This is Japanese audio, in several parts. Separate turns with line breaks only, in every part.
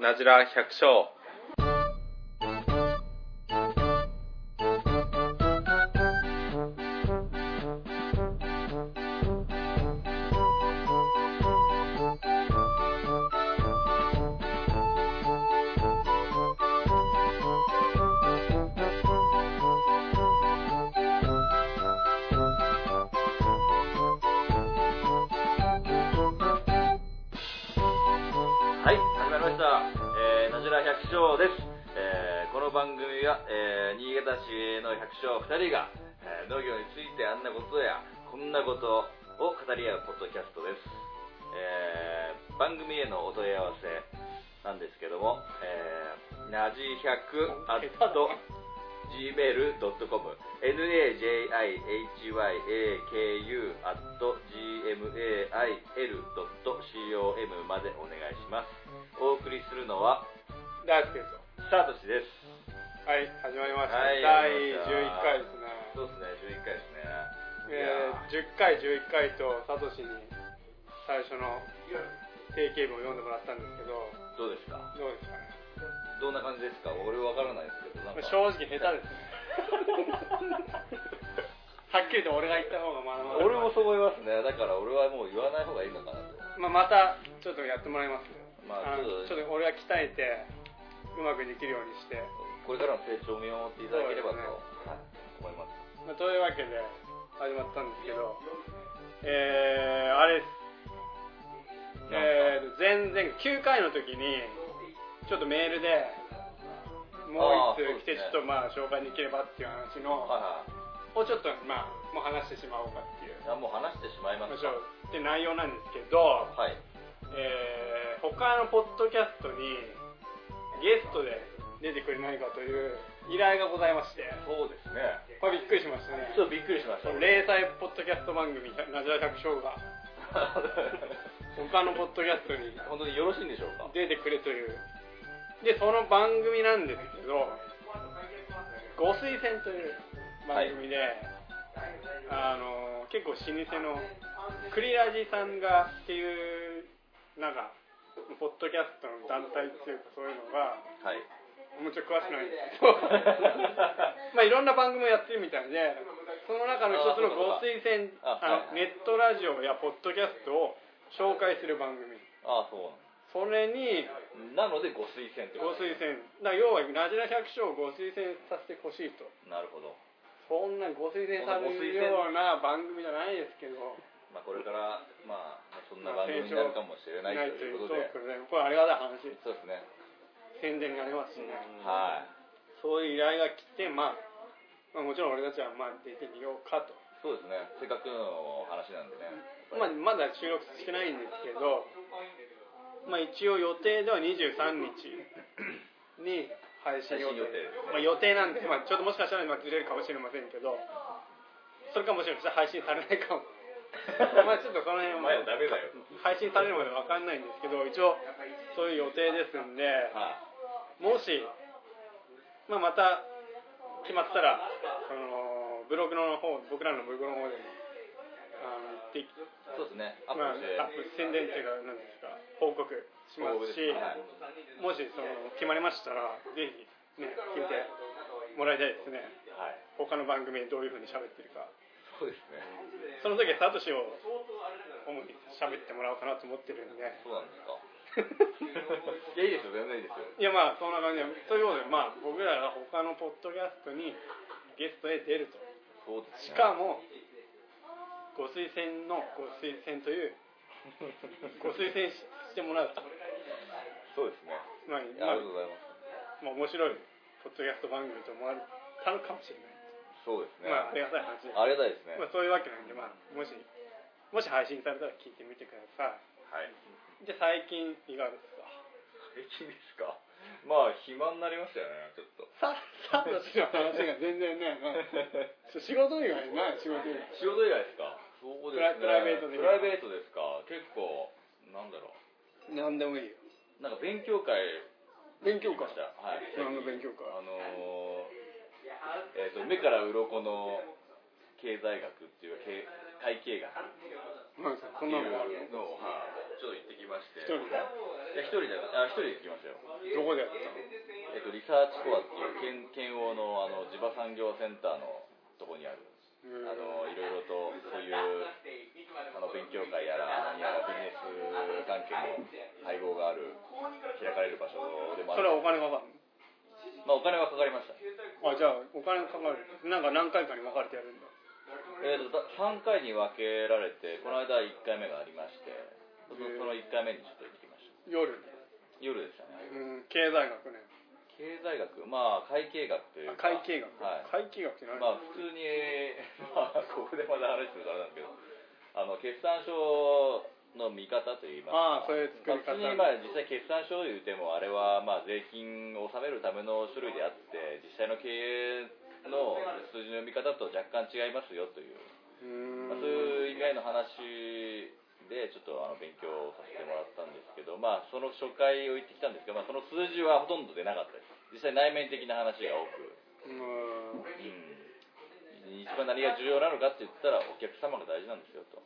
なじら百姓。
はい、始まりました。えー、なじら百姓です。えー、この番組は、えー、新潟市の百姓2人が、えー農業についてあんなことやこんなことを語り合うポッドキャストです。えー、番組へのお問い合わせなんですけども、えー、なじ100 at gmail.com najihyaku at gmail.com までお願いしますお送りするのは
大好きですよ
スタートしです
はい始まりました、
はい始
第
まりま
11回で
そうで
すね
すね11回ですね
えー10回11回とサトシに最初の定型文を読んでもらったんですけど
どうですか
どうですかね
どんな感じですか俺わからないですけどなんか
正直下手ですねはっきりと俺が言った方がまだまだ
俺もそう思いますねだから俺はもう言わない方がいいのかなと
まあ、またちょっとやってもらいます、
まあ
あの
ち
ち
ょ
ょ
っと
っと俺が鍛えてうまくできるようにして、
これからの成長を見守っていただければと、はい思います
まあ、というわけで始まったんですけどえー、あれですえー、前々9回の時にちょっとメールでもう一通来て
あー
ち
そ
ょ
うですね
っとまあ紹介できればっていう話のを
はいはい
ちょっとまあもう話してしまおうかってい
い
う
やもう話してしまいま
話
した
をって内容なんですけど、
はい
えー、他のポッドキャストにゲストで出てくれないかという依頼がございまして
そうですね
これびっくりしましたね
ちょっとびっくりしました
零細ポッドキャスト番組「なじら百姓」が他のポッドキャストに
本当によろしいんでしょうか
出てくれというでその番組なんですけど「ご推薦」という番組で、あの結構老舗のクリラジさんがっていうなんかポッドキャストの団体っていうかそういうのが
はい
もうちょっと詳しくないんです けどまあいろんな番組をやってるみたいでその中の一つのご推薦
あ
あ
はい
のネットラジオやポッドキャストを紹介する番組
ああそう
それに
なのなのでご推薦って
ご
こと
推薦だから要はラジラ百姓をご推薦させてほしいと
なるほど、
そんなご推薦されるような番組じゃないですけど
まあ、これからまあそんな番組になるかもしれないということ
な
で
いということでこれありがたい話
そうですね
宣伝になりますしね
はい
そういう依頼が来て、まあ、まあもちろん俺たちはまあ出てみようかと、
そうですねせっかくの話なんでね
まあ、まだ収録してないんですけど、まあ、一応予定では23日に配信
配
予定
信予定ですね
まあ、予定なんで、まあ、ちょっともしかしたら今ずれるかもしれませんけどそれかもしれません配信されないかもまあちょっとその辺は
お前はダメだよ
配信されるまで分かんないんですけど一応そういう予定ですんで、
はい
もし、まあ、また決まったら、そのブログの方僕らのブログの方でもあの言って
そうですねアッ
まあ、
プして
アップ宣伝っていうか何ですか報告しますし
はい
もしその決まりましたらぜひ、ね、聞いてもらいたいですね
はい
他の番組でどういうふうに喋ってるか
そうですね
その時はサトシを主に喋ってもらおうかなと思っ てるんで
そうなんです かいやいいですよ全然いいですよ
いやまあそんな感じでということでまあ僕らが他のポッドキャストにゲストで出ると
そうです
し
ね
かもご推薦のご推薦というご推薦ししてもらうと
そうですね
まあ、
いや
ま
あ
あ
りがとうございます
まあ、面白いポッドキャスト番組と思われたのかもしれない、
そうですね、
まあありがたい話です、
ありがたいですね、
まあ、そういうわけなんで、まあ、もしもし配信されたら聞いてみてくださ
はい
いで最近いかがですか
平気ですかまあ暇になりましたよねちょっ と
さサトシの話が全然ね、 まあ、ちょ仕事以外ない仕事以外
仕事以外ですかそうですね
プライベートで
プライベートですか結構なんだろう
何でもいいよ
なんか勉強会
勉強
行きま
会
したはい
何の勉強会
あのーえっ、と目から鱗の経済学っていう経会計学って
まあそん
い
なのがある
うのを、はいちょっと行ってきまして
一人で
一や一人であ一人で来ましたよ
どこでやった
えっと、リサーチコアっていう県県央のあの地場産業センターのとこにあるあ
の
のいろいろとそういうあの勉強会やら何やらビジネス関係の会合がある開かれる場所でもあ
それは
る
お金かかる
まあ、お金はかかりました
のあじゃあお金かかるなんか何回かに分かれてやるんだ
えー、と3回に分けられてこの間1回目がありましてそのその1回目にちょっと行ってきました
夜
夜でしたね
うん経済学ね
経済学まあ会計学という
あ
か
会計学、
はい
会計学って何、
まあ普通に、 まあ、ここでまだ話してるからなんですけどあの決算書の見方といいます
ああそういう作
まあ
り方
普通にまあ実際決算書を言うてもあれはまあ税金を納めるための種類であって実際の経営の数字の見方と若干違いますよという、
うーん
まあ、そういう以外の話でちょっとあの勉強をさせてもらったんですけど、まあ、その初回を行ってきたんですけど、まあ、その数字はほとんど出なかったです実際内面的な話が多く。
うーん
うん、一番何が重要なのかって言ったらお客様が大事なんですよ と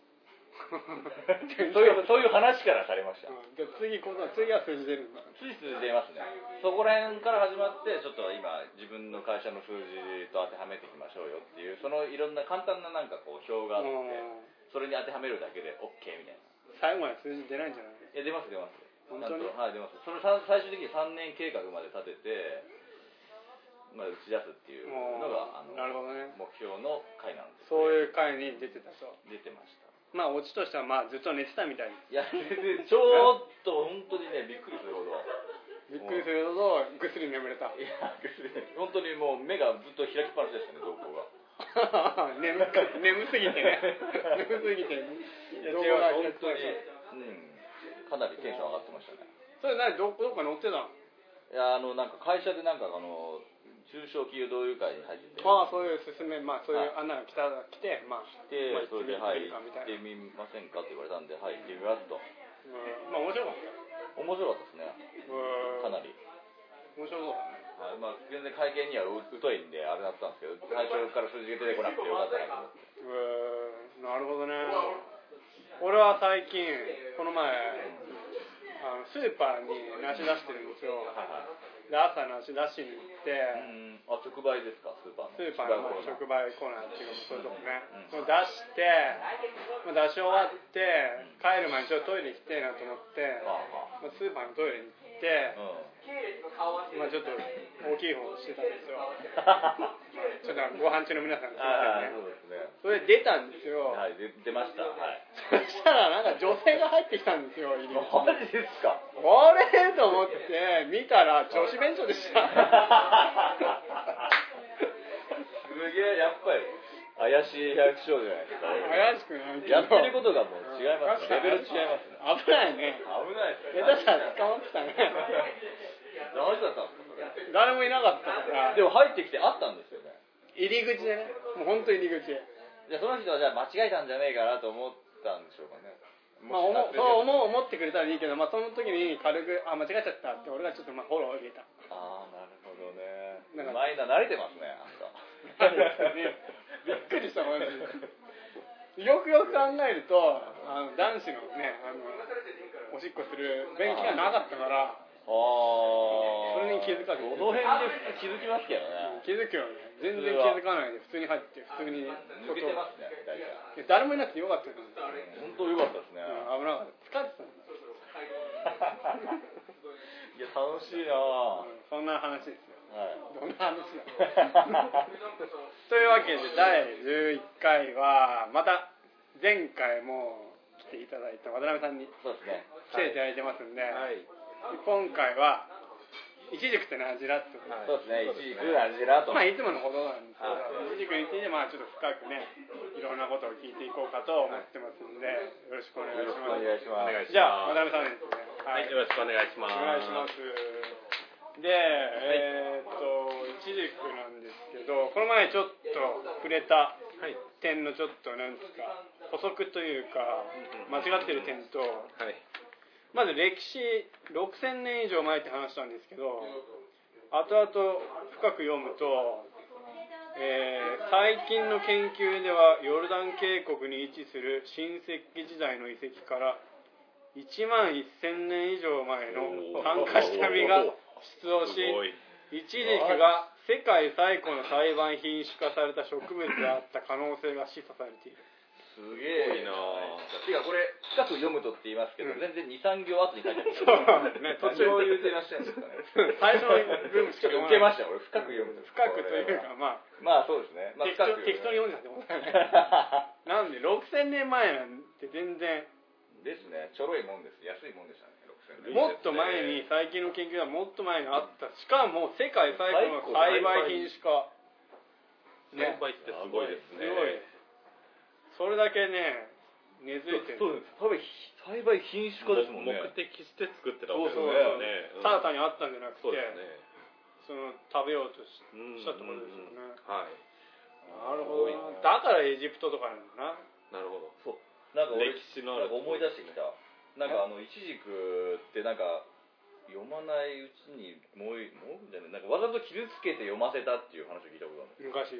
そういうそういう話からされました
うんじゃあ次こそ次は数字出るんだ
ついつい出ますねそこら辺から始まってちょっと今自分の会社の数字と当てはめていきましょうよっていうそのいろんな簡単ななんかこう表があって
うん
それに当てはめるだけで OK みたいな
最後まで数字出ないんじゃない
いや出ます出ます
本当に
ちゃんとはい出ますそのさん最終的に3年計画まで立てて、まあ、打ち出すっていうのがあの
なるほどね
目標の回なんです、
そう
う
いう会に出てたと
出てました
まあオチとしてはまあずっと寝てたみたいに
いや、ちょっと本当に ね、びっくりするほど。
びっくりするほどぐっすり眠れた
いや、 本当にもう目がずっと開きっぱなしでしたね、瞳孔が。
眠く眠すぎてね 眠すぎて動画が
本当に、うん、かなりテンション上がってましたね。
それ何どどっか乗ってたの
いや、あの、なんか会社でなんかあの、中小企業同友会に入ってて、
ああそういう勧めまあそうい
は
う穴が来たら来てまあ
で
まあ、
それで、
行っ
は
てみ
い、
るか
行
みた
っ
い
て
な
みませんかって言われたんで、はい、行ってみますと。
うんまあ面白かっ
面白かったですね、
たうん
かなり。
面白そうだね
はいまあ、全然会見には疎いんで、あれだったんですけど、最初から数字が出てこなくてよかったなと思って。
うーんなるほどね俺は最近この前あのスーパーに梨出してるんですよで朝梨出しに行って、
うんあ直売ですかスーパーの
スーパーの直売コーナーっていうかそういうとこね、
うん
もう出してもう出し終わって帰る前にちょっとトイレ行きたいなと思って、
ああ
まあ、スーパーのトイレに行って、 まあ、ちょっと大きい方をしてたんですよちょっとご飯中の皆さん聞いて
ああ
ね
そうですね
それで出たんですよ、
はいで出ましたはい
そしたらなんか女 性が入ってきたんですよ入り
ジ
口に
です か
あれと思って見たら女子便所 でした
すげえやっぱり怪しい百姓じゃないですか
怪しくないけど
やってることがもう違いますねレベル違いますね
ね危ないね
危ないです
下手したら捕まってたね
何時だったんですかそれ
誰もいなかったから
でも入ってきてあったんですよね
入り口でねもう本当入り口で
じゃあその人はじゃあ間違えたんじゃねえかなと思ったんでしょうかね
まあ、思うそう思う思ってくれたらいいけど、まあ、その時に軽く「あ間違えちゃった」って俺がちょっとまあフォローを入れた
ああなるほどね
なんか
うまいな慣れてますねあんた
慣れてますねびっくりしたマジでよくよく考えるとあの男子のねあのおしっこする便器がなかったから
ああ
それに気づかず
この辺で普通気づきますけどね
気づくよね全然気づかないで普通に入って普通に
抜けてますね大体
いや誰もいなくてよかったよ、うん、危
本当良かったですね
なかった疲れてたんだ
いや楽しいなぁ
うんそんな話ですよ
はい
どんな話だというわけで第11回はまた前回も来ていただいた渡辺さんに
そうですね
来ていただいてますんで、
はい
今回は「一軸って何じら」ってことで
はい
そうですね
そうですね
一軸アジラと
まあいつものことなんですけど、
はい
い、一軸についてまあちょっと深くねいろんなことを聞いていこうかと思ってますんで、よろしくお願い
よろし
し
くお
ます
願いします
お願いします
じゃあ渡辺さんですね
はい、よろしくお願いします。
お願いします。で、えーっと、一軸なんですけど、この前ちょっと触れた
はい。
点のちょっと、なんですか、補足というか、間違ってる点と、
はい。
まず歴史6000年以上前って話したんですけど、後々深く読むと、えー最近の研究ではヨルダン渓谷に位置する新石器時代の遺跡から1万1000年以上前の酸化した実が出土し
すごい
イチジクが世界最古の栽培品種化された植物であった可能性が示唆されている
すげえなてかこれ深く読むとって言いますけど、
うん
全然23行後に書いてある
そうなんですね途中
何を言うてらっしゃるんですかね
最初の部分し
ち
か
ょっと
読ま
受けま
ない
した俺深く読むと
深くというかまあ
まあそうですね、まあ、
適当
深く
適当に読んでたってことだよねなんで6000年前なんて全然
ですねちょろいもんです安いもんでしたね6000円
もっと前に最近の研究ではもっと前にあったしかも世界最古の栽培品種化
先輩ってすごいです
すご
ね
いそれだけね根付いてる
そうです多分栽培品種化ですもんね
目的して作ってた
そう
わ
そう
け
そう
ですよね
ただ
ん
単にあったんじゃなくて
そうですね
その食べようとし
うん
したってことですよね
はい
なるほ
すご
ど
いね
なだからエジプトとかなんだな
なるほど
そうなんか俺
歴史のあ
な
る
んか思い出してきたなんかあのイチジクってなんか読まないうちにもういもうじゃないなんかわざと傷つけて読ませたっていう話を聞いたことある
昔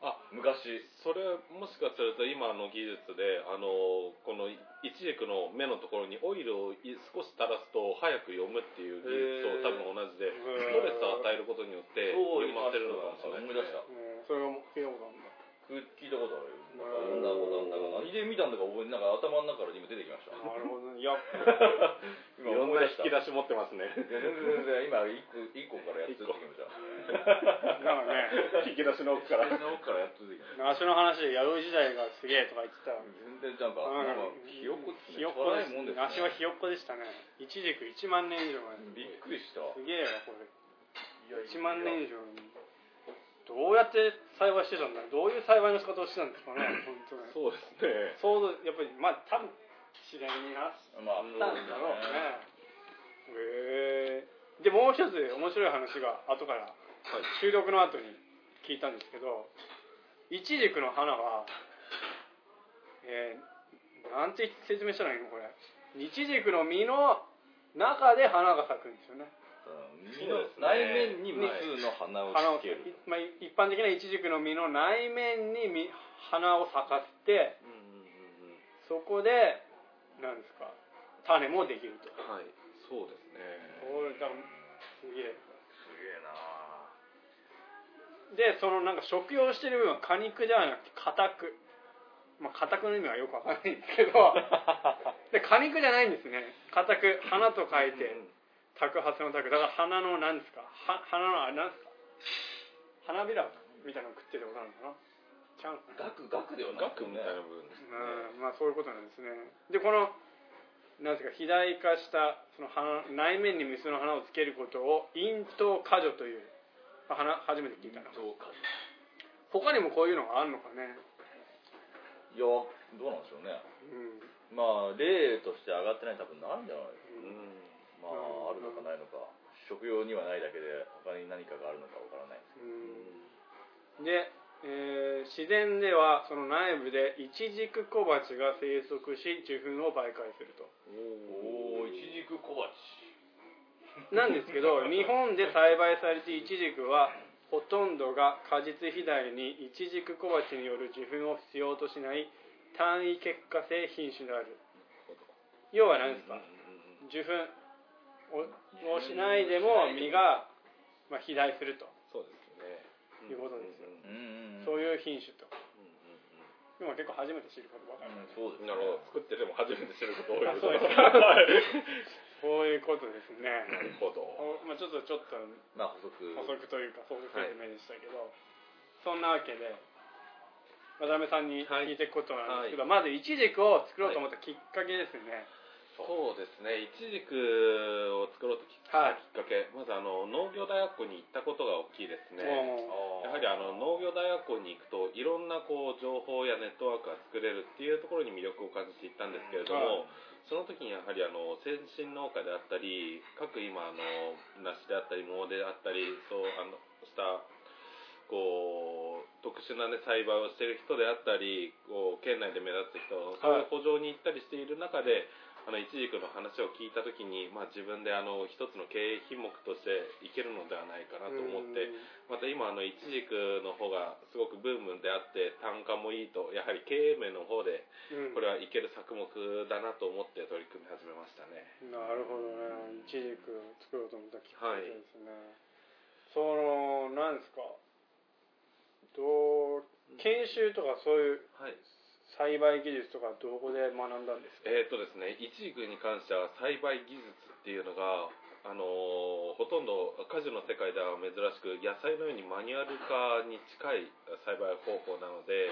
あ
の昔
それもしかすると今の技術であのこのイチジクの芽のところにオイルをい少し垂らすと早く読むっていう技術と多分同じで
へー
ストレスを与えることによって
そう
読ませるのかもしれない
思い出した
うんそれが聞いたことあるんだ
聞いたことあるよなんだこなんだか何で見たんだか覚えてなんか頭の中から今出てきま した
なるほどねいや
いろんな引き
いや
出し持ってますね
全然全然今一個一個からやっと出てきました
なんかね
引き出しの奥 から
全然奥からやっと出てきました
梨の話で弥生時代がすげえとか言ってた
全然なんかなんかひよこっつ
ひよっこ
な
で
い
す
もんですね
梨はひよっこでしたねイチジク1万年以上前
びっくりした
すげえわこれ1万年以上にどうやって栽培してたんだどういう栽培の仕方をしてたんですかね 本当に
そうですね
想像やっぱりまあ多分自然にあっ
まあ
たんだろうねへえでもう一つ面白い話が後から
はい
収録の後に聞いたんですけどイチジクの花はえーなんて説明したらいいのこれイチジクの実の中で花が咲くんですよね
実の内面に無数の花を
花を
つける
まあ、一般的なイチジクの実の内面に実花を咲かせて
うんうんうんうん
そこでなんですか種もできると
はいそうですね
これ多分すげえ
すげえな
でそのなんか食用してる部分は果肉ではなくて果拓まあ果拓の意味はよくわからないんですけ どで果肉じゃないんですね果拓花と書いて
うん
拓発の拓だから花のなんですかは花のあれなんですか花びらみたいなの食ってるってことなのかなちゃうんかな
ガクガクではな
ガ
く
クみたいな部分ですね
うんまあそういうことなんですねでこのなんていうか肥大化したその花内面に水の花をつけることを陰頭果樹という、まあ、花初めて聞いたな
どうか
他にもこういうのがあるのかね
いやどうなんでしょうね
うん
まあ例として上がってないの多分ないんじゃない
うん
まああるのかないのか食用にはないだけで他に何かがあるのかわからない
うんで、えー自然ではその内部でイチジクコバチが生息し受粉を媒介すると
おおいちじく小鉢
なんですけど日本で栽培されているイチジクはほとんどが果実肥大にイチジク小鉢による受粉を必要としない単位結果性品種である要は何ですか受粉ををしないでも実が、まあ、肥大すると
そうですね
いうことですよ
うんうんうん
うん
そう
う
いう品種と
うん
でも
うん
結構初めて知ることばかり
んそうですね
なるほど。作ってても初めて知ること多いです
そうです
はい
そういうことですね
なるほど。
おまあ、ちょっとちょっと
まあ補足
補足というかそういう説明でしたけど、そんなわけで渡辺さんに聞いていくことなんですけど、まずイチジクを作ろうと思ったきっかけですよね、
そうですね。イチジクを作ろうときっ
は
か
い
け、まずあの農業大学校に行ったことが大きいですね。
も
やはりあの農業大学校に行くといろんなこう情報やネットワークが作れるっていうところに魅力を感じていったんですけれども、その時にやはりあの先進農家であったり各今あの梨であったり桃であったりそうあのしたこう特殊な、ね、栽培をしている人であったりこう県内で目立つ人
はい
そういう補助に行ったりしている中で、あの一軸の話を聞いた時に、まあ、自分であの一つの経営品目としていけるのではないかなと思ってまた今あの一軸の方がすごくブームであって単価もいいとやはり経営面の方で
うん
これはいける作目だなと思って取り組み始めましたね
なるほどね一軸作ろうと思ったきっか
はい
けですね、そのなんですかどう研修とかそういう
はい
栽培技術とかどこで学んだんですか
えーとですね、イチジクに関しては栽培技術っていうのが、あのーほとんど果樹の世界では珍しく野菜のようにマニュアル化に近い栽培方法なので、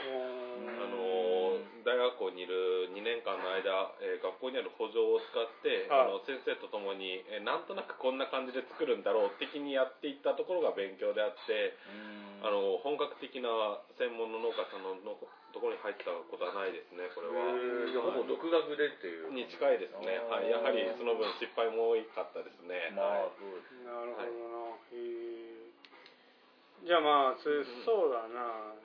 うん
あのー大学校にいる2年間の間、えー学校にある補助を使って、
はい
あの先生と共に、えーなんとなくこんな感じで作るんだろう的にやっていったところが勉強であって、あのー本格的な専門の農家さんののところに入ったことはないですねこれは。
へー
ほぼ独学でっていう。
に近いですね、
あー
はい、やはりその分失敗も多かったですね、
まあ
はい、
そうです。
なるほどな、へえじゃあまあそ,、うそうだな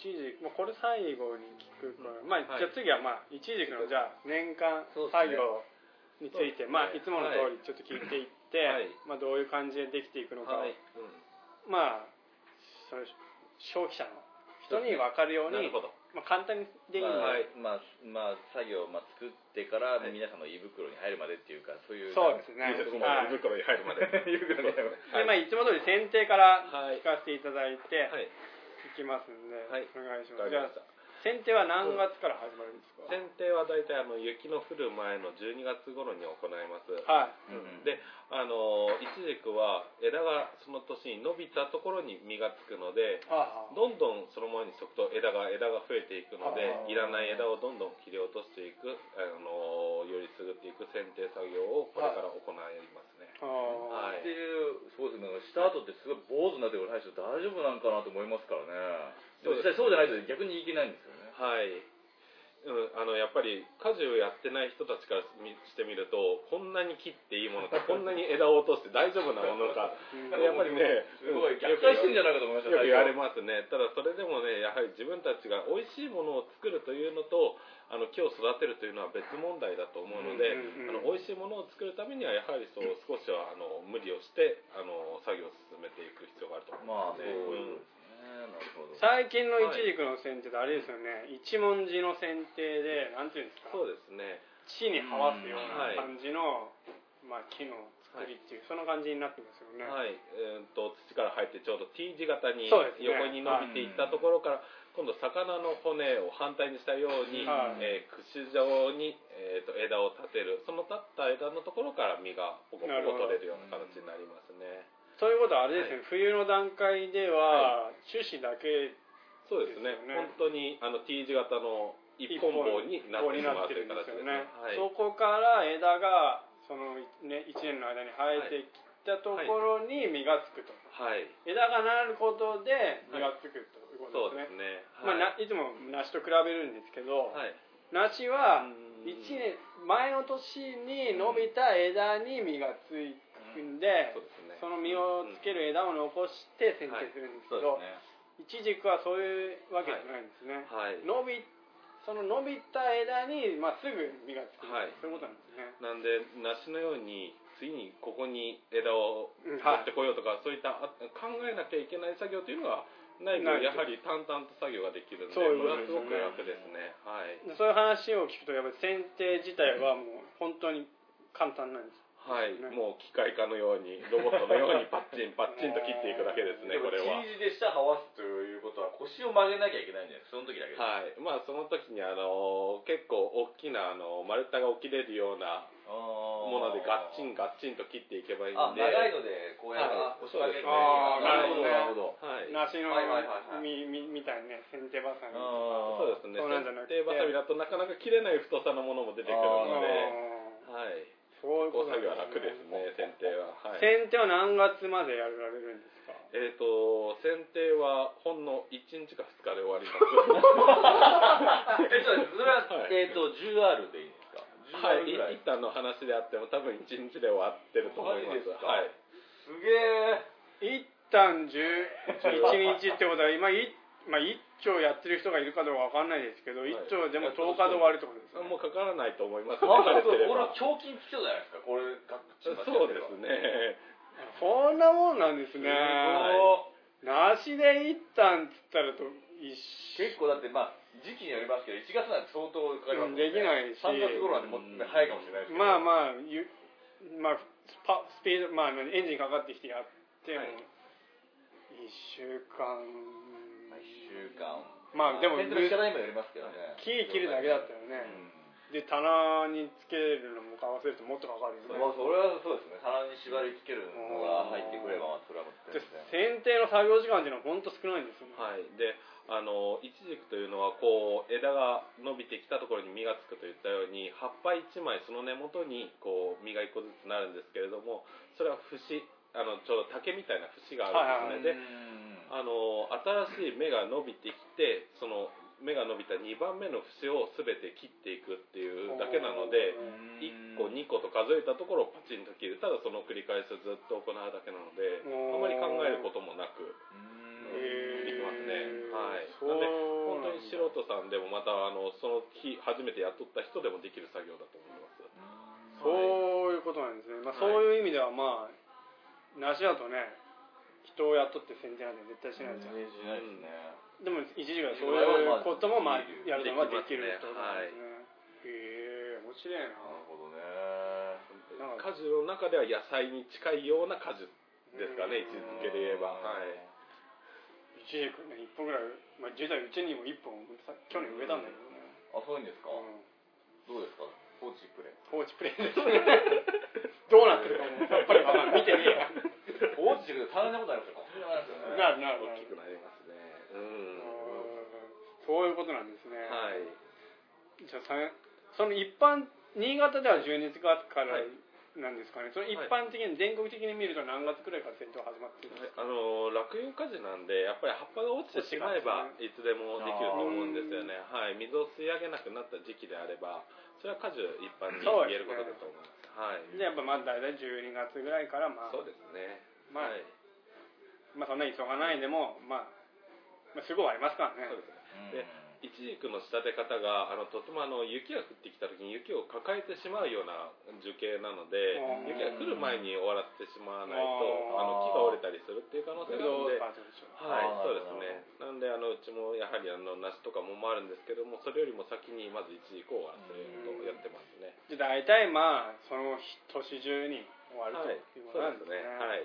一軸、まあ、これ最後に聞くから、まあ、
は
じ
い
ゃあ次はまあ一軸のじゃあ年間
そうですね
作業について、
そうですね
まあいつもの通りちょっと聞いていって、
はい
まあ、どういう感じでできていくのかを、
はい
まあその消費者の人に分かるよ
うん
う
な
に
るほど、
まあ、簡単にできるの
まあ
で、
はい
まあまあ作業をまあ作ってから
はい
皆さんの胃袋に入るまでっていうかそういう。
そうですね
いいですね、
はい
胃袋に入るまで。
胃袋に入るま
で
は
まあ、
い、
いつも通り選定から
はい
聞かせていただいて、
はい、
いきますんで、
はい
お願いしま
わか
す。じ
り
ゃ
ま
あ
した。
剪定は何月から始まるんですか、
剪定は大体あの雪の降る前の12月頃に行います。
はい
うん
で、あのイチジクは枝がその年に伸びたところに実がつくので、
はあはあ
どんどんそのままにしておくと枝が枝が増えていくので
あー
いらない枝をどんどん切り落としていく、あのよりすぐっていく剪定作業をこれから行いますね、
はあ
は
っ
い
ていうそうですね。した後ってすごい坊主になってる最初大丈夫なんかなと思いますからね。でも実際そうじゃないと逆にいけないんですよね。
はい、うん、あのやっぱり家事をやってない人たちからみしてみるとこんなに切っていいものかこんなに枝を落として大丈夫なものか
うん
やっぱりね
すごい
うん
逆転してんじゃないかと思いました
よく言われますねただそれでもねやはり自分たちが美味しいものを作るというのとあの木を育てるというのは別問題だと思うので、
うんうんうん
あの美味しいものを作るためにはやはりそう少しはあの無理をしてあの作業を進めていく必要があると思いま
まあそ
す
うい
ね
うことですね。なるほど。
最近のイチジクの剪定ってあれですよね、一文字の剪定でなんていうんですか
そうですね
地に合わすよう
うんは
ない感じの、まあ、木の作りっていう、その感じになってますよね、
はい、えー、と土から入ってちょうど T 字型に
そうですね
横に伸びていったところから、今度魚の骨を反対にしたように、
はい
えー串状に、えー、と枝を立てるその立った枝のところから実がポコポ
なるほ
コ
ど
取れるような形になりますね、
ということはあれですね、冬の段階では種子だけ
そうですね
ですよね
本当にあの T 字型の一本棒になってしまうという形ですねはい
そこから枝がその、ね、1年の間に生えてきたところに実がつくと、
はい
枝がなることで実がつくということ
そう
ですねまあ、
で、すね
な
はい
いつも梨と比べるんですけど、
はい
梨は
うん
一年前の年に伸びた枝に実がついくんで、
そうですね
その実をつける枝を残して剪定するんです
そ
け
う
ど、
ですね。
イチジクはそういうわけじゃないんですね、
はい
伸びその伸びた枝に、まあ、すぐ実がつく、
はい
そういうことなんですね
なんで梨のように次にここに枝を
うん
取ってこようとか、そういったあ考えなきゃいけない作業というのがない分
ない
やはり淡々と作業ができるんで
そういうこと
れはすごく楽
で
ですす
よ
ねはい、
でそういう話を聞くとやっぱり剪定自体はもう本当に簡単なんです
はい
ね
もう機械化のようにロボットのようにパッチンパッチンと切っていくだけです
で
ね
も
これは
T 字で下を合わすということは腰を曲げなきゃいけないんじゃないですかその時だけで
はいまあその時にあの結構大きなあの丸太が起きれるようなものでガッチンガッチンと切っていけばいい
あ
んで
長いのでこうやって
はい
腰曲げて
あーなる
ほど
はい
梨の
はいはいはいはい
みみみたいにね剪定バサミ
そうです
ね
ね
そうなんじゃなくて
剪定バサミだとなかなか切れない太さのものも出てくる
あ
ので
あー
はい
そういうこ
こう
と
作業は楽ですね剪定ははい
剪定は何月までやられるんですか
えっ、と剪定はほんの1日か2日で終わり ます
えちょっとそれは、
はい
えっ、と 10R でいいんですか
は
10R
い
ぐらい、
一旦の話であっても多分1日で終わってると思いま
マジです
す
か
はい
すげえ
一旦11日ってことは今いまあ、一丁やってる人がいるかどうかわかんないですけど、
い
一丁でも10日で終わるってことです
あ
ね。
もうかからないと思います
あ、
慣れてれ
これ
ば
賞金つきそうじゃないですか。これガッチリ
そうですね。
そんなもんなんですね。
は
なしで一旦っつったらと一緒
結構だってまあ時期によりますけど1月なんて相当かかりますもんね
できないし
3月頃なんてもっと早いかもしれないですけど
まあ
あ
まあゆまあスパスピードまあエンジンかかってきてやっても、
はい
一週間
1週間
まあでも
変動しかないもよりますけどね
木切るだけだったよね、で棚につけるのもかわせるともっとかかるよ
まあ
ね
それはそうですね棚に縛りつけるのが入ってくればまあそれはもう
で
全然
剪定の作業時間っていうのは本当少ないんですよね、
い。で、あの、イチジクというのは、こう、枝が伸びてきたところに実がつくといったように、葉っぱ1枚、その根元に、こう、実が1個ずつなるんですけれども、それは節、あの、ちょうど竹みたいな節があるんですね。で
はいはいはい、
あの新しい芽が伸びてきてその芽が伸びた2番目の節を全て切っていくっていうだけなので1個2個と数えたところをパチンと切るただその繰り返しをずっと行うだけなのであ
おー
まり考えることもなく
へー
できますねはい
そう
な
なんだ
んで本当に素人さんでもまたあのその日初めて雇った人でもできる作業だと思います
そういうことなんですね、まあ、
は
そ
い
ういう意味ではまあ梨だとね人を雇って剪定なんて絶対しないじゃん、
しないですね
でも一時はそういうこともまあやるのはできるってことなんですね、へえ面白いな
なるほどね
なんか
果樹の中では野菜に近いような果樹ですかね位置づけで言えばはい
一時くね一本ぐらい、まあ、実はうちにも一本さ去年植えたんだけどね、
あそういうんですか
うん
どうですか放置プレイ
放置プレイですねどうなってるかもさっぱりわかんない見てねえや
放置してくれ大変なことありますよ
なるなるな
大
る
きくなりますねう
うん
ん
そういうことなんですね、
はい、
じゃあさその一般新潟では12月から
はい
なんですかね、その一般的に全国的に見ると何月くらいから戦闘が始まってるんですか、
あの落葉果樹なんでやっぱり葉っぱが落ちてしまえばいつでもできると思うんですよねはい水を吸い上げなくなった時期であればそれは果樹一般に
そうで
言
す
え
ね
ることだと思いますはい
でやっぱまあ大体12月ぐらいからまあ
そうですね
まあ
はい
まあそんな急がないでも、まあ、まあすぐ終わりますからね
そうですねでイチジクの仕立て方があのとてもあの雪が降ってきた時に雪を抱えてしまうような樹形なので
うん
雪が降る前に終わらせてしまわない
うん
とあの木が折れたりするっていう可能性
ブ
があ
ドウ
るので
パートでしょ
あー、
はいそうですね。なんで、あの、うちもやはり、あの、梨とか桃もあるんですけども、それよりも先に、まず一時以降は、そういうことをやってますね。
で大体まあその年中に終わ
は
る
い、
ということ
そ
な
うん
で
です
す
ね。
ね、
はい。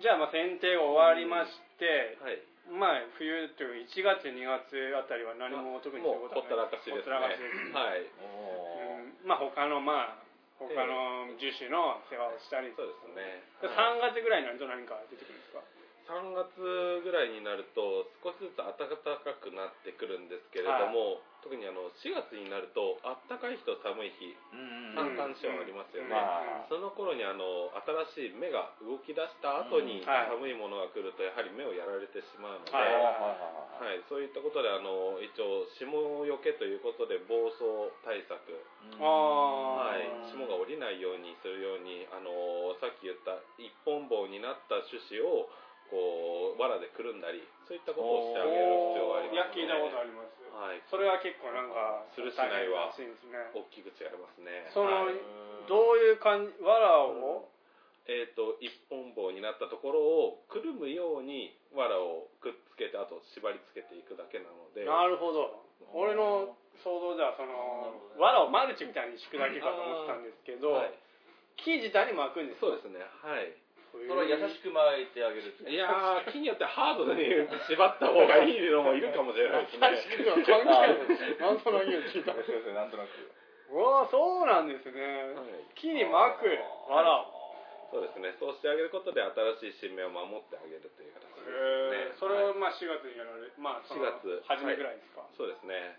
じゃあまあ剪定が終わりまして、
はい。
まあ冬という1月2月あたりは何も特にする
もう、
こと
ほったらかしで
ほ
すね。
ったらかしです
はい。
うんまあ他のまあ他の樹種の世話をしたり
そうですね。
で
はい
3月ぐらいになると何か出てくるんですか
3月ぐらいになると少しずつ暖かくなってくるんですけれども、特にあの4月になると暖かい日と寒い日
うん
三寒四温ありますよね、
まあ
その頃にあの新しい芽が動き出した後
うん
に
はい
寒いものが来るとやはり芽をやられてしまうので、
はい
はいそういったことであの一応霜よけということで防霜対策、
ああ
はい、霜が降りないようにするようにあのさっき言った一本棒になった種子をこう藁でくるんだりそういったことをしてあげる必要があ
い
りま
や聞
す
いたことあります
はい、
それは結構なんか
するしないは
大変らしいですね
大きく違いますね
その
はい
どういう感じ藁を
えー、と一本棒になったところをくるむように藁をくっつけてあと縛りつけていくだけなので
なるほど俺の想像ではそ
なる
の
ほどね
藁をマルチみたいに敷くだけかと思ってたんですけど
はい、
木自体に巻くんです
そう
す
ですねはい
そ
それは優しく巻いてあげる
いやー木によってハードに縛った方がいいのもいるかもしれないですね
優しくは関係ないなんとなく聞いた
なんとなく
うわあそうなんですね、
はい
木に巻くわらを
そうですねそうしてあげることで新しい新芽を守ってあげるという形
へえ
ですね
それをまあ4月にやられまあその
4月
初めぐらいですか、
そうですね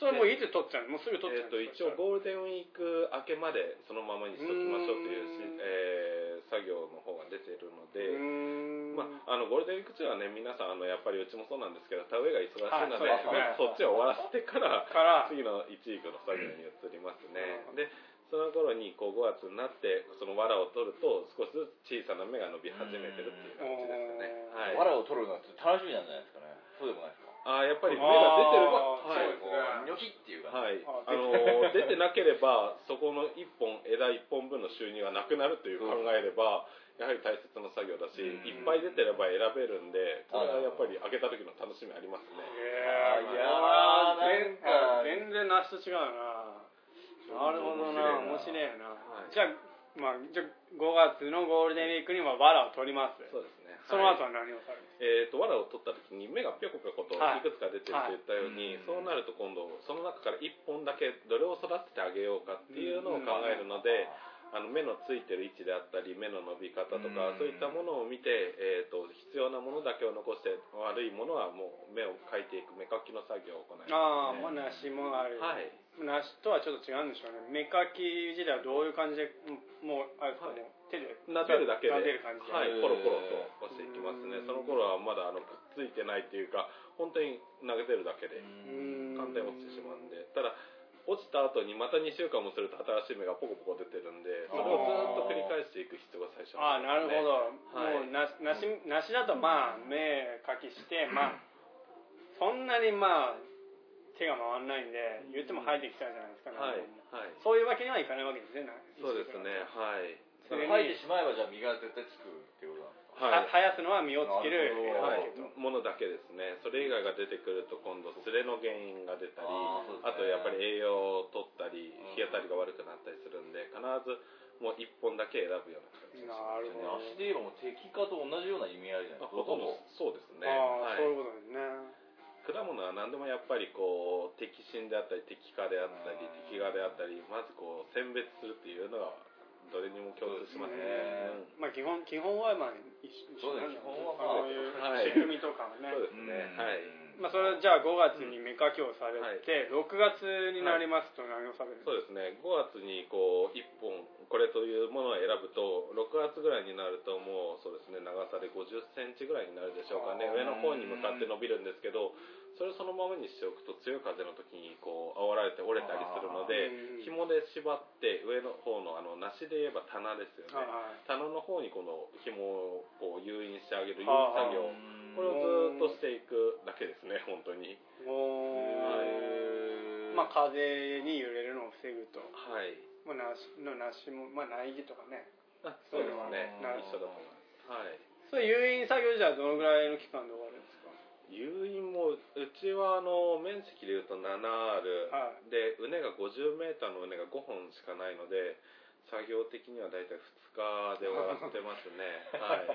それもういつ取っちゃうのもうすぐ取っち
え
ゃ
ー、と
う
一応
応
ゴールデンウィーク明けまでそのままにしときましょうというし
うーん
えー作業の方が出ているの
う
で、
ーん
まあ、あのゴールデンウィーク中はね皆さんあのやっぱりうちもそうなんですけど田植えが忙しいので,、
はい
そっちを終わらせてから
から
次の一育の作業に移りますね、でその頃にこう5月になってその藁を取ると少しずつ小さな芽が伸び始めてるっていう感じですかね、
うん
は
藁
い、
を取るのは楽しみなんじゃないですかねそうでもないですか
あーやっぱり芽が出て
あ
る
ーそう
は
で
い
すね
ニョキっていうか、
はい、
あ
あの出てなければそこの1本枝1本分の収入がなくなるという考えれば、やはり大切な作業だし、
うん
いっぱい出てれば選べるんでこれはやっぱり開けた時の楽しみありますね
あーいやーなんか
全然梨と違うななるほどな面
面
白
白
い
い
な、
はい
じゃあ,、まあ、じゃあ5月のゴールデンウィークにはバラを取ります
そうですね
その後は何をされるんです
えー、と藁を取った時に芽がぴょこぴょことい
はい
くつか出てるって言ったように、
はい
そうなると今度その中から1本だけどれを育ててあげようかっていうのを考えるので、あの目のついてる位置であったり目の伸び方と
う
か、
ん
そういったものを見て、えー、と必要なものだけを残して悪いものはもう目を描いていく目描きの作業を行い
かああ、
ます、
もう梨
ね。
もある、
はい
梨とはちょっと違うんでしょうね芽かき自体はどういう感じでもうあれですかね、手で
撫でるだけで、
撫でる感じで
はい
へー、
コロコロと押していきま
う
すね
ん。
その頃はまだあのくっついてないっていうか、本当に投げてるだけで
うん
簡単に落ちてしまうんで、ただ落ちた後にまた2週間もすると新しい芽がポコポコ出てるんで、それをずっと繰り返していく必要が最初
ああなるほど、
ど。は
もう
い
なしなしなしだとまあ目かきし てまあそんなにまあ手が回らないんで言っても生えてきちゃうじゃないですか、
はい
何本も
はい。
そういうわけにはいかないわけですねな
そうですね。はい。
それ吐いてしまえばじゃあ身が絶対つくっていうことなんですか
はい
は。生やすのは実をつける
な
は
る
い、ものだけですねそれ以外が出てくると今度すれの原因が出たり
あー
あ,、
そうですね
とやっぱり栄養を取ったり
ん
日当たりが悪くなったりするんで必ずもう1本だけ選ぶような感じです
なるほど
足で言えばもう敵化と同じような意味合いじゃないです
あ
か
ほとんどそうですね、
ああ、
は
そう
い、
いうことですね
果物は何でもやっぱりこう敵心であったり敵化であった
う
り
ん
敵がであったりまずこう選別するっていうのがどれにも共通しますね
そうですね
まあ基本基本はまあ一緒一緒なん
そうです基
だ
本はまあ
そういう
はい
仕組みとかもね、
そうですね、はい
まあ、それじゃあ5月に芽かきをされ
うんはい
て、6月になりますと何をされるんですか
そうですね5月にこう1本これというものを選ぶと6月ぐらいになるともうそうですね長さで5 0センチぐらいになるでしょうかね
あー
上の方に向かって伸びるんですけどそれをそのままにしておくと強い風の時にこう煽られて折れたりするので
あー
紐で縛って上の方のあの梨で言えば棚ですよね
はい
棚の方にこの紐をこう誘引してあげる誘引作業これをずっとしていくだけですね本当に
おーまあ風に揺れるのを防ぐと、
はい
まあ、梨の梨も、まあ、苗木とかね
あそうですね
なる
一緒だと思いますはい
それ誘引作業じゃあどのぐらいの期間で終わるんですか
誘引もうちはあの面積でいうと 7R、
は
で畝が 50m の畝が5本しかないので作業的には大体2日で終わってますね はい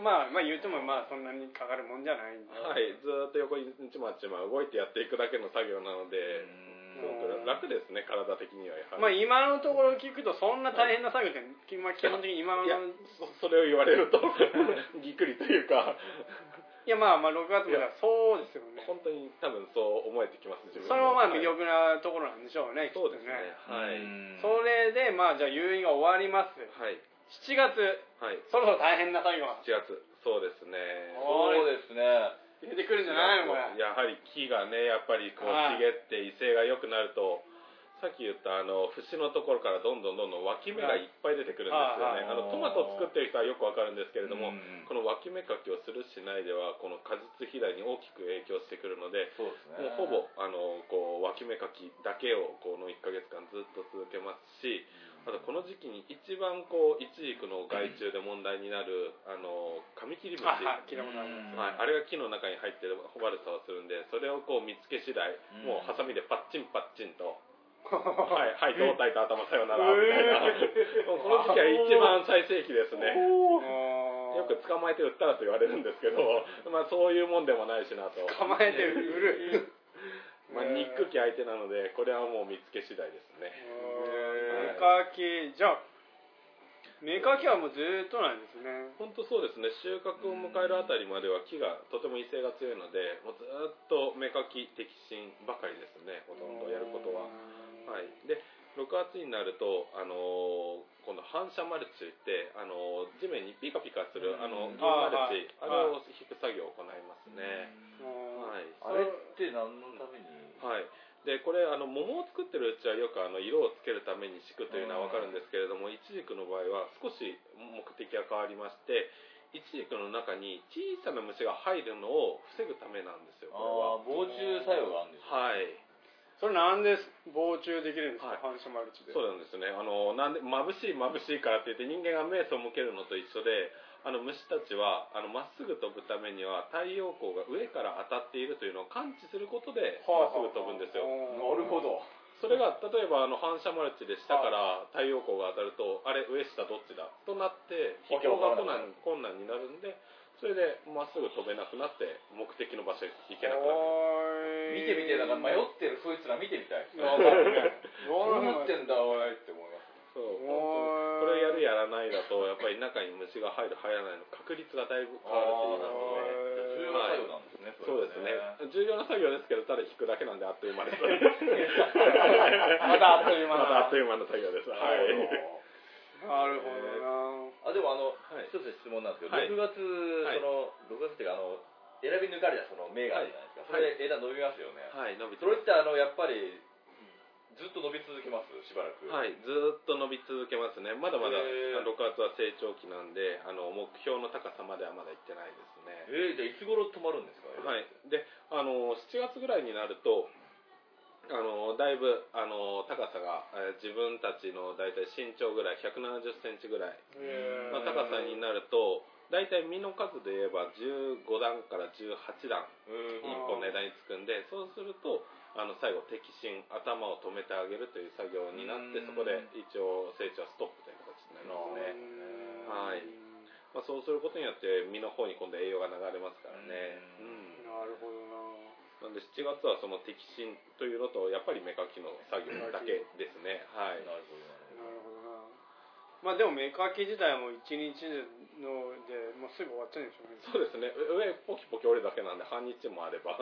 まあまあ言ってもまあそんなにかかるもんじゃないんで、
はいずーっと横にちまちま動いてやっていくだけの作業なので
うん
すごく楽ですね体的にはやはり
まあ今のところ聞くとそんな大変な作業って、まあ、基本的に今の
い
い
や
や
そそれを言われる とぎっくりというか
まあまあ6月まではそうですよね
本当に多分そう思えてきます自分
それもまあ
はい
魅力なところなんでしょうね、きっ
そう
と
ですねはい
それでまあじゃあ誘引が終わります
はい
7月
はい
そろそろ大変な作業が
7月そうですね
そうですね
出てくるんじゃないのこれ
やはり木がねやっぱりこう
はい
茂って威勢が良くなるとさっき言ったあの節のところからどんどんどんどん脇芽がいっぱい出てくるんですよ
は
ね
い
あのトマトを作ってる人はよくわかるんですけれど
う
も
ん
この脇芽かきをするしないではこの果実肥大に大きく影響してくるので
そうですね
もうほぼあのこう脇芽かきだけをこの1ヶ月間ずっと続けますしあとこの時期に一番こう一軸の害虫で問題になるあのカミキリムシ
あはい聞いたことあります
うん
はい、あれが木の中に入ってる悪さをするんでそれをこう見つけ次第
うん
もうハサミでパッチンパッチンと「
は
はいはい胴体と頭さよなら」みたいなもうこの時期は一番最盛期ですねよく捕まえて売ったらと言われるんですけど、まあ、そういうもんでもないしなと、
構えて売る
まあ、ニック機相手なのでこれはもう見つけ次第ですね
目かきじゃあ目かきはもうずっとなんですね
本当そうですね収穫を迎えるあたりまでは木がとても威勢が強いのでもうずーっと芽かき摘心ばかりですねほとんどやることは。はい、で6月になると、あのー今度反射マルチといって、あのー地面にピカピカす
うん
る、あの銀
あ
マ
ー
ルチあ,、
はい
れを引く作業を行いますね、は
あれ
い
って何のために
はい、でこれあの桃を作ってるうちはよくあの色をつけるために敷くというのは分かるんですけれども、イチジクの場合は少し目的が変わりましてイチジクの中に小さな虫が入るのを防ぐためなんですよ
ああ
こ
防虫作用があるんで
れ
す
ははい
それなんで防虫できるんですか、
はい
反射マルチで
そうなんですねあのなんで眩しい眩しいからって言って人間が目を背けるのと一緒であの虫たちはあのまっすぐ飛ぶためには太陽光が上から当たっているというのを感知することでまっすぐ飛ぶんですよ
な
ど
それが例えばあの反射マルチで下から太陽光が当たるとあれ上下どっちだとなって飛行が困難困難になるんでそれでまっすぐ飛べなくなって目的の場所へ行けなくなる
見てみてだから迷ってるそいつら見てみたい
なるほどね
どうなっ
な
てんだおいって思います
そう
おー
本当にこれをやるやらないだとやっぱり中に虫が入る入らないの確率がだいぶ変わる
へー
重要な作業なんですね、
っていうのがあるのでそうですね重要な作業ですけどただ引くだけなんであっという間です
またあっという間
またあ
だ
っという間の作業ですは
はいい
なるほどな
あでもあの、
はい
一つ質問なんですけど、
はい
6月、
はい
その6月っていうかあの選び抜かれたその銘柄じゃないですか、
はい
それで枝伸びますよね、
はい伸びて
それってあのやっぱりずっと伸び続けますしばらく
はいい、ずーっと伸び続けますね。まだまだ
へー
6月は成長期なんで、あの目標の高さまではまだ行ってないですね。
えー、じゃあいつ頃止まるんですか
はい。で、あの7月ぐらいになると、あのだいぶあの高さが、えー自分たちのだいたい身長ぐらい170センチぐらい
へー
の高さになると、だいたい実の数で言えば15段から18段
え
一
ー
本の枝につくんで、そうするとあの最後摘心頭を止めてあげるという作業になって
うん
そこで一応成長はストップという形になります
なるほど
ね、はいまあ、そうすることによって実の方に今度栄養が流れますからね、
う
うん
なるほど
なんで7月はその摘心というのとやっぱり芽かきの作業だけですねは
ないるほどなるほど
ななるほどなまあでも芽かき自体も一日のでもうすぐ終わっちゃうんでしょうね
そうですね上ポキポキ折るだけなんで半日もあれば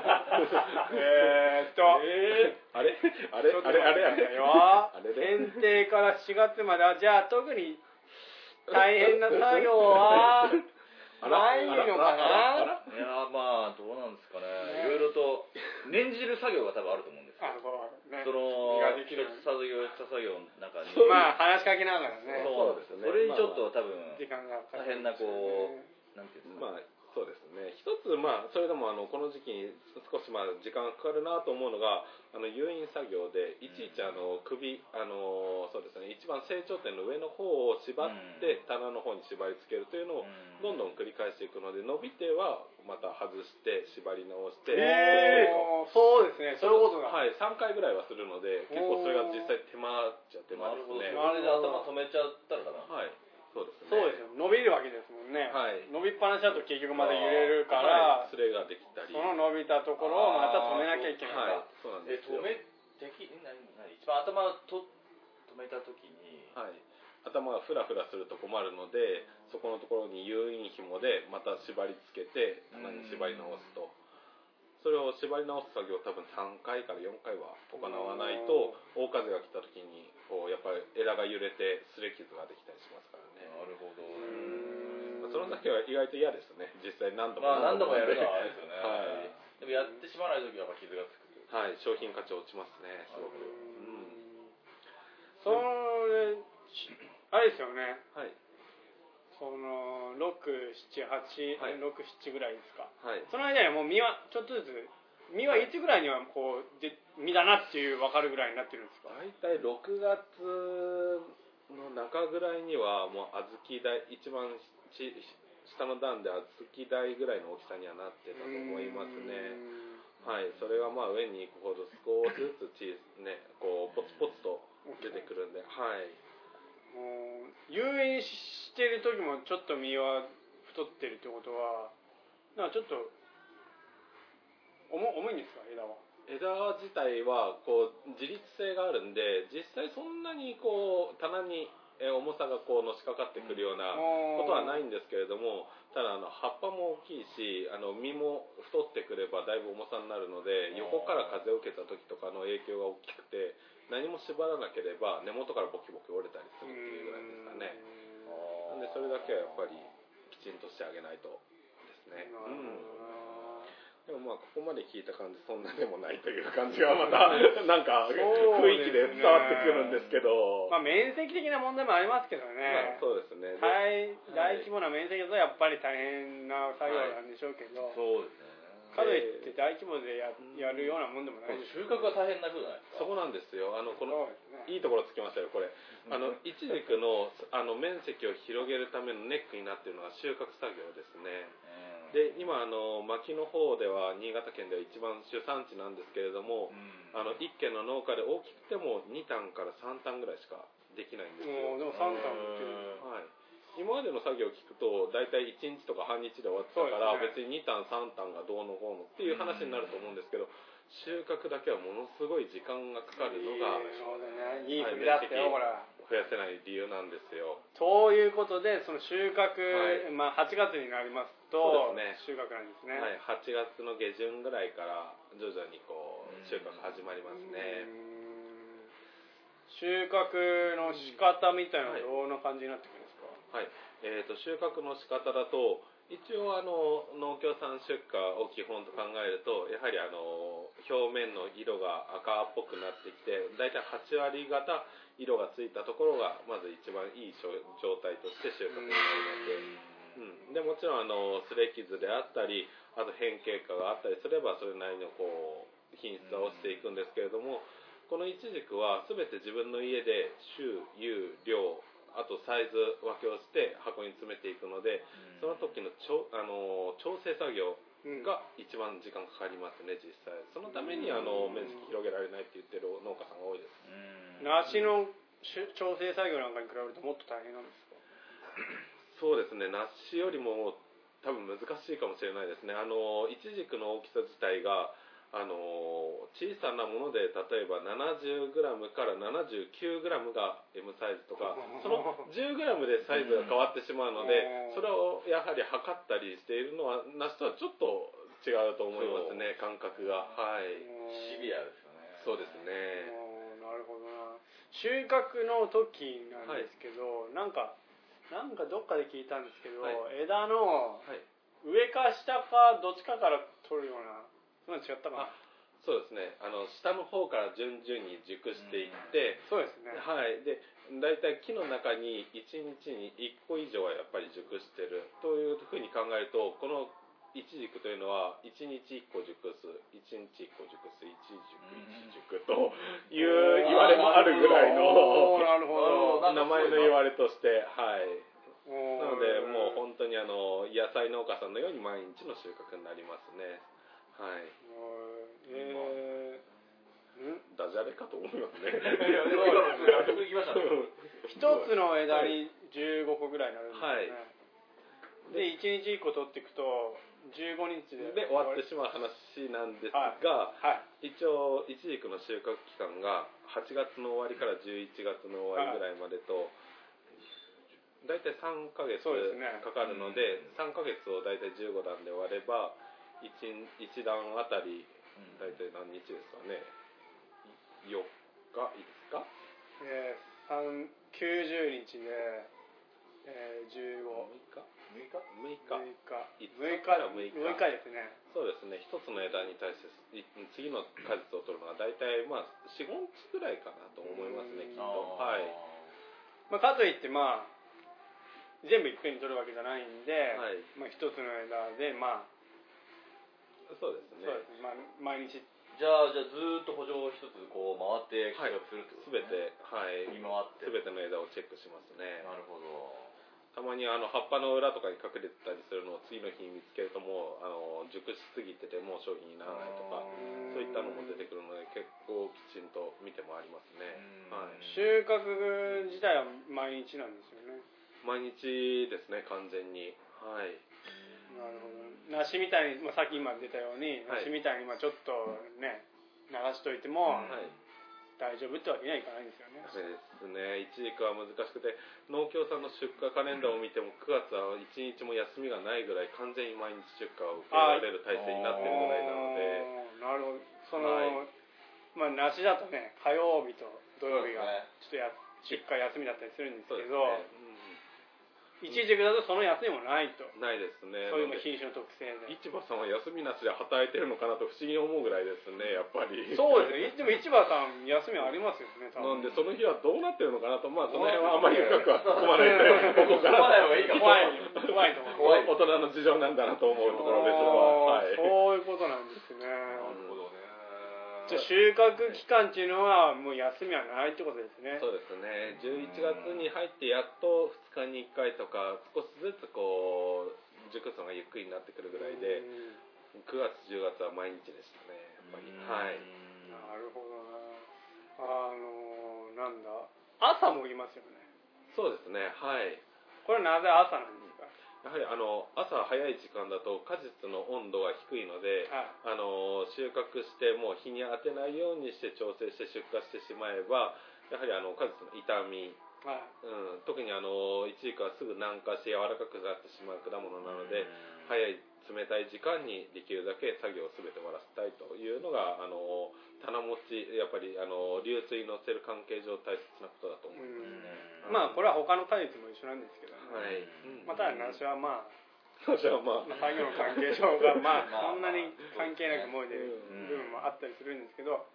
えーっと、
えーあれ あれ
ちょっと
あれあれあれ
よ
あれで
選定から4月まではじゃあ特に大変な作業は
あら
ないのか
あらあらあら
ない
やーまあどうなんですかね
ね
いろいろと念じる作業が多分あると思うんです
あ
よ
そうね
その
実がで
一
きる
つ作業一つ作業の中に
まあ話しかけながらね
そうなんですよねそれにちょっと多分
時間がかか
大
る
変なこうなんていうんですか
まあそうですね一つまあそれでもあのこの時期に少しまあ時間がかかるなと思うのがあの誘引作業でいちいちあの首あのそうですね一番成長点の上の方を縛って棚の方に縛り付けるというのを
うん
どんどん繰り返していくので伸びてはまた外して縛り直して
ええそうですねそういうことだ、
はい3回ぐらいはするので結構それが実際手間っちゃ手間
な
で
る
す
ほど
な
ね
る
それで頭止めちゃったらかな
はいそうですね
そうですよ伸びるわけですもんね、
はい
伸びっぱなしだと結局まだ揺れるから、
はいそれができたり
その伸びたところをまた止めなきゃいけない、
はいそうなん
え
です
止
よ
めてき何何一番頭と止めた時に
はい、頭がフラフラすると困るのでそこのところに誘引紐でまた縛り付けて
うん
棚に縛り直すとそれを縛り直す作業を多分3回から4回は行わないと大風が来た時にこうやっぱり枝が揺れて擦れ傷ができたりしますからね、
るほど
まあその時は意外と嫌ですね実際何度も
まあ何度もやるのはあれ
ね
ですよね、
はい
でもやってしまわない時はやっぱ傷がつくという
はい商品価値落ちますねすごく
それあれですよね
はい
その
はい
67867、7ぐらいですか
はい
その間にはもう実はちょっとずつ実はいつぐらいにはこうで実だなっていう分かるぐらいになってるんですか
大体6月の中ぐらいにはもう小豆大一番しし下の段で小豆大ぐらいの大きさにはなってたと思いますねはいそれがまあ上に行くほど少しずつ小さねこうポツポツと出てくるんではい
もう遊園してる時もちょっと身は太ってるってことはなんかちょっと重重いんですか枝は
枝自体はこう自立性があるんで実際そんなにこう棚にえー重さがこうのしかかってくるような
うん
ことはないんですけれどもただあの葉っぱも大きいしあの実も太ってくればだいぶ重さになるの
う
で
ん
横から風を受けた時とかの影響が大きくて何も縛らなければ根元からボキボキ折れたりするっていうぐらいですかねなんでそれだけはやっぱりきちんとしてあげないとですね
なるほどな
うんででもまあここまで聞いた感じそんなでもないという感じがまたなんか
そう
雰
ですね
囲気で伝わってくるんですけど
まあ、面積的な問題もありますけど
まあ
ね、
そうですねで
大大
はい
規模な面積だとやっぱり大変な作業なんでしょうけど、
そうですね
かといって大規模でややるようなもんでもないです
収穫が大変なことじゃないです
そ
か
こなんですよあのこの
そうですね
いいところつきましたよこれあのいちじくのあの面積を広げるためのネックになっているのが収穫作業ですね
で、
で今あの牧の方では新潟県では一番主産地なんですけれどもあの1軒の農家で大きくても2単から3単ぐらいしかできないんです
もうで
よ
も3単っていう
はい、今までの作業を聞くと大体1日とか半日で終わってたから、
そうです
別に2単3単がどうのこうのっていう話になると思うんですけど収穫だけはものすごい時間がかかるのが
いい国だったよ、
は
ほ
い
ら。
増やせない理由なんですよ
ということで、その収穫、
はい
まあ8月になります
そ
と、
うです
収穫なんですね。
はい、8月の下旬ぐらいから徐々にこう収穫始まります
う
ね
ん収穫の仕方みたいなのはどんな感じになってくるんですか、
はい、えー、と収穫の仕方だと一応あの農協さん出荷を基本と考えるとやはりあの表面の色が赤っぽくなってきて大体8割方色がついたところがまず一番いい状状態として収穫になります、うん、でもちろんあの擦れ傷であったりあと変形化があったりすればそれなりのこう品質は落ちていくんですけれどもこのイチジクは全て自分の家で種、有、量あとサイズ分けをして箱に詰めていくのでその時の調,、あのー調整作業
うん
が一番時間かかりますね実際そのためにあの面積広げられないって言ってる農家さんが多いです
梨のし調整作業なんかに比べるともっと大変なんですか
そうですね梨よりも多分難しいかもしれないですねあのイチジクの大きさ自体があの小さなもので例えば 70g から 79g が M サイズとかその 10g でサイズが変わってしまうので
うん
それをやはり測ったりしているのは梨とはちょっと違うと思いますね感覚がはい
シビアですよね
そうですね
おーなるほどな収穫の時なんですけど、なんかなんかどっかで聞いたんですけど、
は
枝の
はい
上か下かどっちかから取るようなそんなの違ったかな
あそうですねあの下の方から順々に熟していって
そうですね
はい、で大体木の中に1日に1個以上はやっぱり熟してるというふうに考えるとこのイチジクというのは1日1個熟す1日1個熟す1熟1熟という言われもあるぐらい
おー
の
なるほど
なるほど
名前の言われとしてはいな
な
のでもう本当にあの野菜農家さんのように毎日の収穫になりますねはい
えーん
ダジャレかと思いますね
いやでも納得いきま したね
一つの枝に15個ぐらいになるんですよね、
は
で1日1個取っていくと15日で
で終わってしまう話なんですが、
はい
一応イチジクの収穫期間が8月の終わりから11月の終わりぐらいまでと、大体3ヶ月
そうですね
かかるので3ヶ月を大体15段で割れば 1, 1段あたり大体何日ですかね4日5日
えー三、90日で、えー、15
6日
6
6日
日
いつ
6日
から6日
6日ですね
そうですね1つの枝に対してい次の果実を取るのは大体まあ45日ぐらいかなと思いますね
うん
きっとはい
まあ、かといってまあ全部いっぺんに取るわけじゃないんで、
はい
まあ、一つの枝でまあ
そうです
そう
ね
ですね、まあ、毎日
じゃあじゃあずーっと補助を一つこう回って企画するってこ
す
と
べて、はい、
見回って
すべての枝をチェックしますね。
なるほど
たまにあの葉っぱの裏とかに隠れてたりするのを次の日に見つけるともうあの熟しすぎててもう商品にならないとか
うん
そういったのも出てくるので結構きちんと見てもありますね
うん
はい
収穫自体は毎日なんですよね
毎日ですね完全にはい
なるほど梨みたいに、まあ、さっき今出たように、
はい
梨みたいにまあちょっとね流しといても
はい
大丈夫ってわけにはいかないんですよね、
ダメですね一軸は難しくて農協さんの出荷カレンダーを見ても9月は1日も休みがないぐらい完全に毎日出荷を受けられる体制になってるぐら
あーな
いなので
るほどその、
はい
まあ梨だとね火曜日と土曜日が
そう
ちょっとや出荷休みだったりするんです
そう
け
です
ど
ねうん
一軸だとその安いものないと、
ないですね
そういうの
なんで
品種の特性で
市場さんは休みなしで働いてるのかなと不思議に思うぐらいですねやっぱり
そうですねでも市場さん休みありますよね多
なん
分
でその日はどうなってるのかなとまあその辺はあまり深くは突っ込まないでここか
突っ込まない方がいい
ら
かも
怖い怖いと思う
怖い
大人の事情なんだなと思うところです
あー
ははい
そういうことなんですね
なるほどね
じゃあ収穫期間っていうのはもう休みはないってことですね
そうですね11月に入ってやっと2日に1回とか少しずつこう熟成がゆっくりになってくるぐらいで
うん
9月10月は毎日でしたねやっぱりはい
なるほどなあのーなんだ朝もいますよね
そうですねはい
これなぜ朝なんですか
やはりあの朝早い時間だと果実の温度が低いので、
は
あの収穫してもう日に当てないようにして調整して出荷してしまえばやはりあの果実の傷み、
はい
うん、特にあのイチジクはすぐ軟化して柔らかくなってしまう果物なので早い冷たい時間にできるだけ作業を全て終わらせたいというのがあの棚持ちやっぱりあの流通に乗せる関係上大切なことだと思いま
う
す。
んまあこれは他の果実も一緒なんですけど、ね
はい、
まあただ 梨はまあ
じゃあまあ
まあ作業の関係上がま
まあ
あそんなに関係なく燃えてる
うん
部分もあったりするんですけど、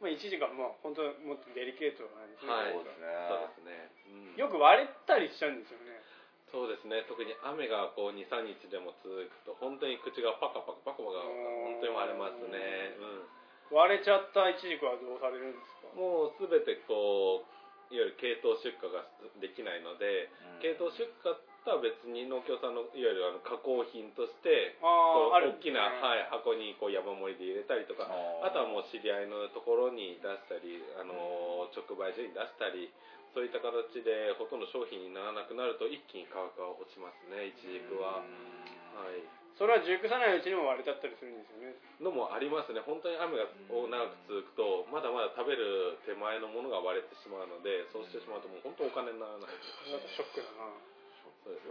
まあ、一時がもう本当もっとデリケートなんですね、
はい
そうですね
そうですね、うん
よく割れたりしちゃうんですよね
そうですね特に雨がこう23日でも続くと本当に口がパカパカパカパカ本当に割れますね、
割れちゃった一時はどうされるんです
うん、
か
もう全てこういわゆる系統出荷ができないので系統出荷とは別に農協さんのいわゆるあの加工品としてこう
ああある
大きな、
い、
はい、箱にこう山盛りで入れたりとかあとはもう知り合いのところに出したり、あのー直売所に出したり、そういった形でほとんど商品にならなくなると一気に価格が落ちますね、イチジクは。はい。
それは熟さないうちにも割れちゃったりするんですよね
のもありますね。本当に雨が
うん
を長く続くと、まだまだ食べる手前のものが割れてしまうので、そうしてしまうともう本当お金にならな
そ
い。
れだとショックだな
そうです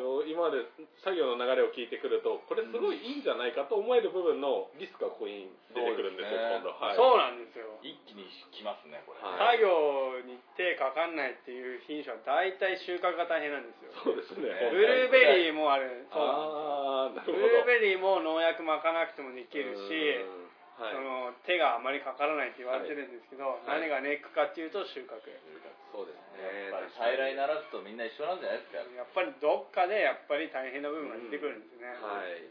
よね。一応今まで作業の流れを聞いてくると、これすごいいいんじゃないかと思える部分のリスクがここに出てくるんですよ、
そうですね
今度。はい。
そうなんですよ
一気にきますねこれ
はい
作業に手かかんないっていう品種は大体収穫が大変なんですよ
そうですね。
ブルーベリーもあるそうなんです
ああ、なるほ
ブ
ど。
ルーベリーも農薬巻かなくてもできるし、
うんはい
そ、の手があまりかからないって言われてるんですけど、
はい
何がネックかっていうと収穫
そうです
や
ね。
っぱり再来ならずとみんな一緒なんじゃないですか
やっぱりどっかでやっぱり大変な部分が出てくるんですね、
はい。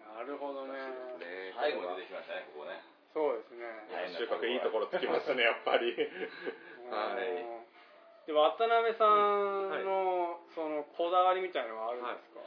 なるほどね
ね
最後に出てきましたねここね
そうです
い
ね
や収穫いいところつきますね、や っぱり。はい。
うんで渡辺さ
はい
んの、そのこだわりみたいのはあるんですか、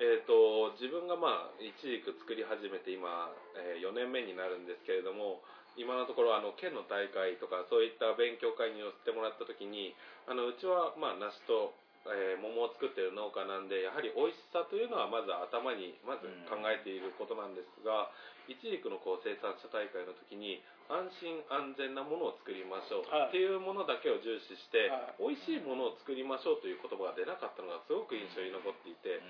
えー、と自分がまあ一軸作り始めて今、え4年目になるんですけれども今のところあの県の大会とかそういった勉強会に寄せてもらった時にあのうちはまあ梨と、えー桃を作ってる農家なんでやはり美味しさというのはまず頭にまず考えていることなんですが、一軸のこう生産者大会の時に安心安全なものを作りましょう
はい
っていうものだけを重視して、
は
美味しいものを作りましょうという言葉が出なかったのがすごく印象に残っていて。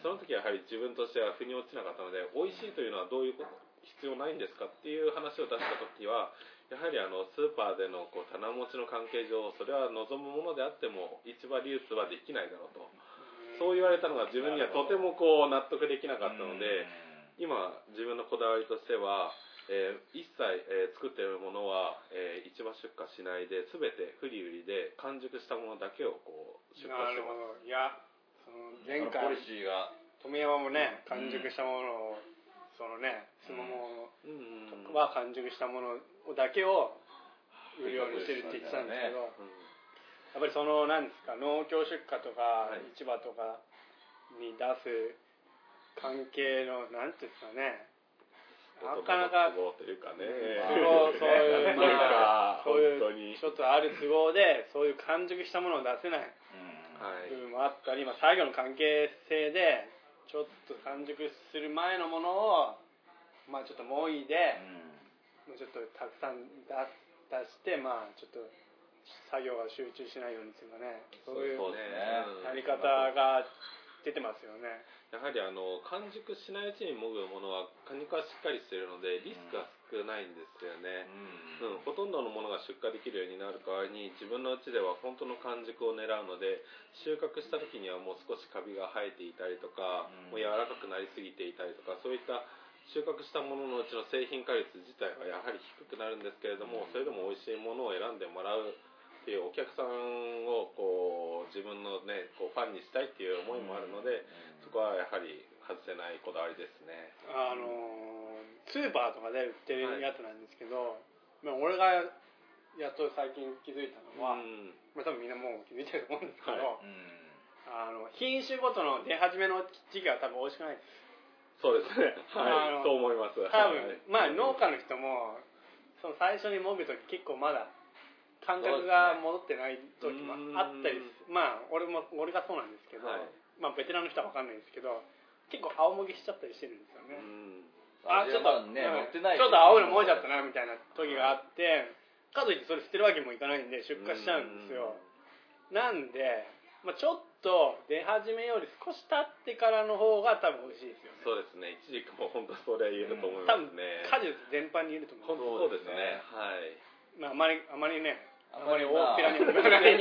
その時はやはり自分としては腑に落ちなかったので美味しいというのはどういうこと必要ないんですかっていう話を出した時はやはりあのスーパーでのこう棚持ちの関係上それは望むものであっても市場流通はできないだろうとそう言われたのが自分にはとてもこう納得できなかったので今自分のこだわりとしては、えー一切、えー作っているものは、えー市場出荷しないで全てフリ売りで完熟したものだけをこう出荷
な
して
る
ます
ほどいやその前
ポ
回
リシーが
富山もね完熟したものを、そのねスモモ
うん
は完熟したものだけを売るようにしてるって言ってたんですけど、
うん
やっぱりそのなんですか農協出荷とか
はい
市場とかに出す関係のなんていうんですかねなかなか
都合というかね
そうそういう
なんか
そう
本当
い
に
うちょっとある都合でそういう完熟したものを出せない
はい
部分もあったり、まあ、作業の関係性でちょっと完熟する前のものをまあちょっともいで、もうちょっとたくさん出出してまあちょっと作業が集中しないようにっていうかねそういう
そうですね
やり方が出てますよね。
やはりあの完熟しないうちにもぐものは果肉はしっかりしているのでリスクは少ないんですよね、うんほとんどのものが出荷できるようになる代わりに自分のうちでは本当の完熟を狙うので収穫した時にはもう少しカビが生えていたりとか、
うん
もう柔らかくなりすぎていたりとかそういった収穫したもののうちの製品化率自体はやはり低くなるんですけれど
うん
も、それでも美味しいものを選んでもらうっていうお客さんをこう自分のねこうファンにしたいっていう思いもあるので、そこはやはり外せないこだわりですね。
あのースーパーとかで売ってるやつなんですけど、まあ、俺がやっと最近気づいたのは、
うん
まあ、多分みんなもう気づいてると思うんですけど、
は
あの品種ごとの出始めの時期は多分美味しくない
そうですね。
あの
はい。そう思います。
多
はい
分、まあ農家の人もその最初にもぐ時結構まだ感覚が戻ってない時もあったりすまあ俺も俺がそうなんですけど、
はい
まあベテランの人は分かんないんですけど結構青もぎしちゃったりしてるんですよ
う
ね、
ん。
あ、ちょっとね、乗
うん
ってない。
ちょっと青いのもえちゃったなみたいな時があって、かといってそれ捨てるわけにもいかないんで出荷しちゃうんですよ、なんで、まあ、ちょっと出始めより少し経ってからの方が多分美味しいですよね
そうですね。一時期も本当それは言えると思い
多
ま
分
すね。
果実全般にいると
本
思う、
当そうですね。
そうですね
ま
はい。
あ、あまりあまりね
あまり
大っぴらに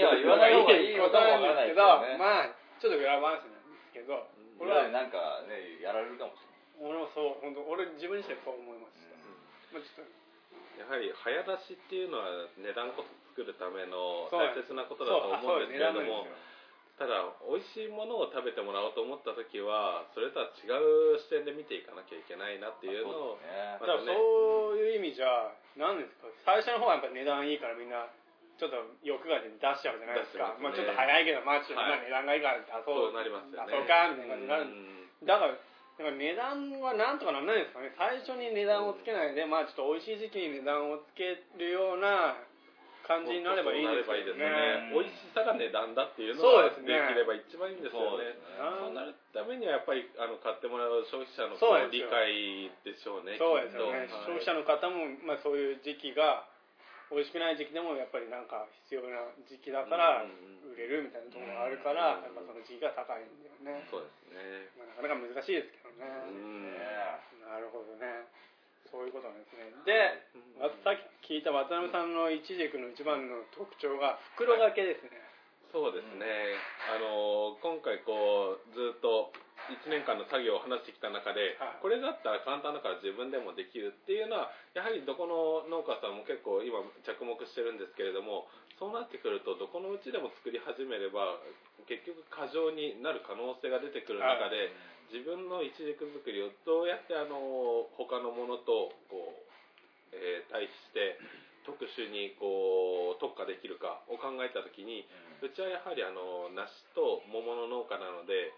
は言わない
大っぴらには言わない方がいい
こ
こととはわからないですよね
なんですけどまあちょっと裏話なんですけど
俺ら
俺は
でなんかね、やられるかもし
俺もそう本当俺自分自身そう思いました、まあ、ちょっと
やはり早出しっていうのは値段こそ作るための
そうなんで
大
す
切なことだと思うんですけれども
そうあそう値段なんですよ
ただ美味しいものを食べてもらおうと思った時はそれとは違う視点で見ていかなきゃいけないなって
れない。
いうのを
そう
ま
ですね
だか
だ
らそういう意味じゃ何ですか最初の方はやっぱ値段いいからみんなちょっと欲が出て出しちゃうじゃないですかま
出
あ、ち
し
ょっ
ちゃいま
と早いけどまあ
すね
ちょっと
は
まあ
い
値段がいいから出そう
そうなりますよ
出
ね
そうかみたいな感じになるんですけど
うん
だからだから値段はなんとかならないですかね最初に値段をつけないで、まあちょっと美味しい時期に値段をつけるような感じになればいいです
そうなればいい
よ
です
ね
ね。美味しさが値段だっていうのが
そうです
でき
ね
れば一番いいんですよね。
そう
そうな
な
るためにはやっぱりあの買ってもらう消費者の
そうです
理
よ
解でしょうね。
そうですよね、
きっと
消費者の方も、まあ、そういう時期が美味しくない時期でもやっぱりなんか必要な時期だから
うん
売れるみたいなところがあるから、
うん
やっぱその時期が高いんだよね、
そうですね。
まあ、なかなか難しいですけどね、
うん。
なるほどねそういうことなんですねで
うん
わさっき聞いた渡辺さんのイチジクの一番の特徴が袋掛けですね、
そうですね。あの今回こうずっと1年間の作業を話してきた中で、
はい
これだったら簡単だから自分でもできるっていうのはやはりどこの農家さんも結構今着目してるんですけれどもそうなってくるとどこのうちでも作り始めれば結局過剰になる可能性が出てくる中で、自分のイチジク作りをどうやってあの他のものとこう、えー対比して特殊にこう特化できるかを考えた時にうちはやはりあの梨と桃の農家なので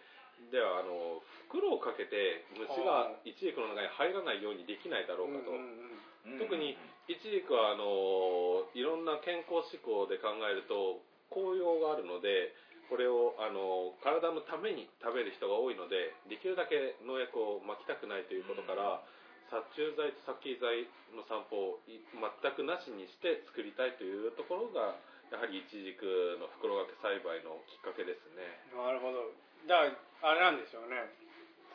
ではあの袋をかけて虫がイチジクの中に入らないようにできないだろうかと。
んんん
うん
特にイチジクはあのいろんな健康志向で考えると効用があるのでこれをあの体のために食べる人が多いのでできるだけ農薬をまきたくないということから、殺虫剤と殺菌剤の散歩をい全くなしにして作りたいというところがやはりイチジクの袋掛け栽培のきっかけですね。
なるほどだからあれなんでしょうね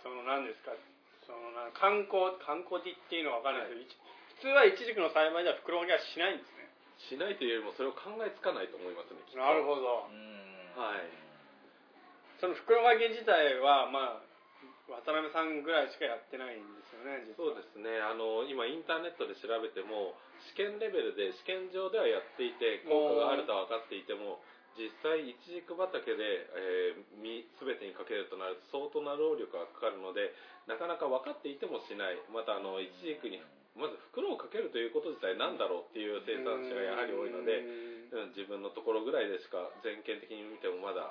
その何ですかそのな観光観光地っていうのは分かんないですけど、いち、普通はイチジクの栽培では袋掛けはしないんですね
しないというよりもそれを考えつかないと思いますね。きっと
なるほど
うん
はい
その袋掛け自体はまあ渡辺さんぐらいしかやってないんですよね実
そう
は
ですねあの今インターネットで調べても試験レベルで試験上ではやっていて効果があるとは分かっていても実際イチジク畑で、えー、実全てにかけるとなると相当な労力がかかるのでなかなか分かっていてもしないまたあのイチジクにまず袋をかけるということ自体なんだろうっていう生産者がやはり多いので
うん
うん自分のところぐらいでしか全県的に見てもまだ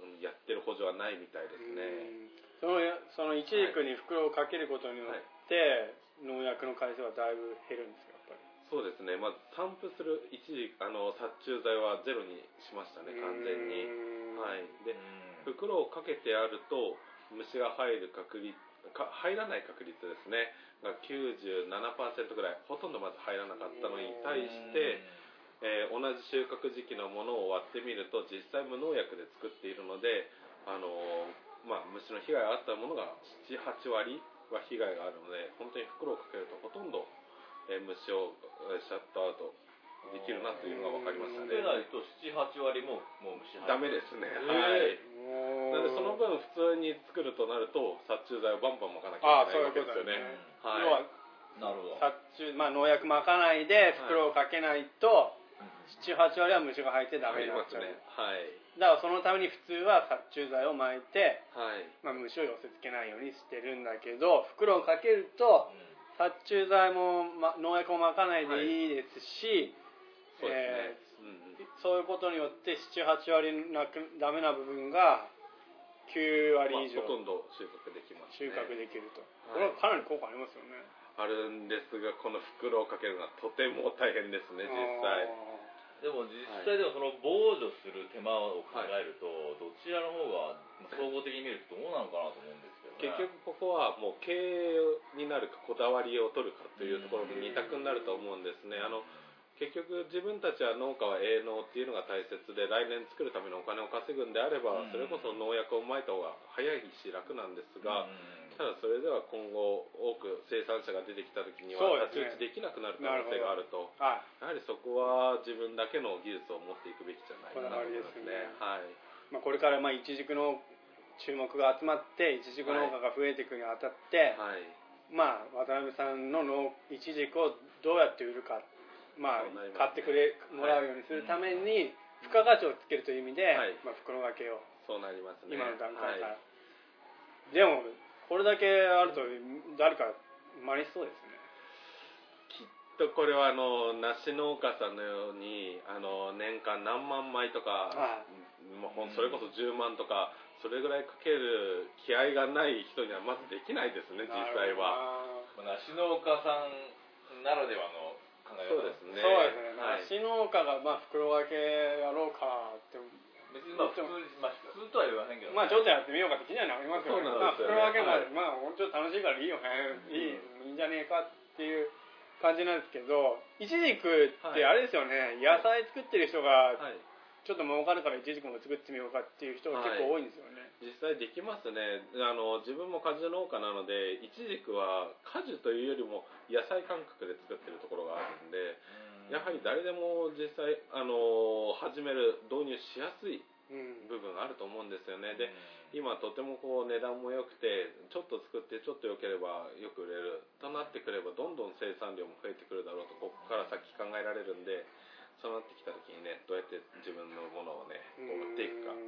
うんやってる補助はないみたいですね。
そのそのイチジクに袋をかけることによって、農薬の回数はだいぶ減るんですよやっぱり
そうですね、まず散布する一時あの殺虫剤はゼロにしましたね、完全に。
に
はい、
うん
で袋をかけてあると、虫が入る確率か、入らない確率ですね、が97%ぐらい、ほとんどまず入らなかったのに対して、えー同じ収穫時期のものを割ってみると、実際無農薬で作っているので、あのーまあ、虫の被害があったものが78割は被害があるので本当に袋をかけるとほとんど、えー虫をえーシャットアウトできるなというのが分かりまし
捨
たね
てないと78割ももう虫入る
ダメですね、はい
な
なんでその分普通に作るとなると殺虫剤をバンバン撒かなき
ああ
ゃい
そう
けないいうわけ
こと
です
はいな
だよね要は
よね
るほど
殺虫、まあ、農薬まかないで袋をかけないと、78割は虫が入ってダメに
入り
なっ
ま
ちゃ
す
う、
ねはい
だからそのために普通は殺虫剤をまいて、
はい
まあ、虫を寄せつけないようにしてるんだけど袋をかけると殺虫剤も、ま、農薬をまかないでいいですし、
そう
えー
ですね、うん
そういうことによって78割なくダメな部分が9割以上
まあ、ほとんど収穫できます
収
ね
穫できると、これ
はい
はかなり効果ありますよね
あるんですがこの袋をかけるのはとても大変ですね実際
でも実際でもその防除する手間を考えると、どちらの方がまあ総合的に見るとどうなのかなと思うんですけど、ね、
結局ここはもう経営になるかこだわりを取るかというところの二択になると思うんですねあの結局自分たちは農家は営農っていうのが大切で来年作るためのお金を稼ぐんであれば
うん
それこそ農薬をまいた方が早いし楽なんです
う
が
ん
ただそれでは今後多く生産者が出てきた時に
そう
は
です
太
ね
刀打ちできなくなる可能性があると
はい
やはりそこは自分だけの技術を持っていくべきじゃないかなと思いますね。はい。
まあ、これからまあイチジクの注目が集まってイチジク農家が増えていくにあたって、
はい。
まあ、渡辺さんの農イチジクをどうやって売るか、まあ
そうなりま
買っ
すね
てくれもらうようにするために、付加価値をつけるという意味で、
はい
まあ、袋掛けを
そうなりますね。
今の段階から、
はい
でもこれだけあると誰か真似しそうですね
きっとこれはあの梨農家さんのようにあの年間何万枚とか、
ああ
もうほんそれこそ10万とかそれぐらいかける気合がない人にはまずできないですね実際は。
まあ梨農家さんならではの考え
そ
方
うで
そう
す
です
ね。
ね、
はい。
梨農家がまあ袋掛けやろうかって
別にまあ普通に、まあ、普通とは言わへんけど、
まあちょっとやってみようかって気にはなりますよね。
そう
まあ
なんです
袋
よ
分け
ね
ま
はい
で、まあ本当楽しいからいいよね。いい、いいんじゃねえかっていう感じなんですけど、イチジクってあれですよね、野菜作ってる人が
はい
ちょっと儲かるからイチジクも作ってみようかっていう人が結構多いんですよね。
実際できますねあの自分も果樹農家なのでイチジクは果樹というよりも野菜感覚で作ってるところがあるんでやはり誰でも実際あの始める導入しやすい
うん。
部分あると思うんですよね
で
で今とてもこう値段も良くてちょっと作ってちょっと良ければよく売れるとなってくればどんどん生産量も増えてくるだろうとここから先考えられるんでそうなってきた時にねどうやって自分のものをねこう売っていくか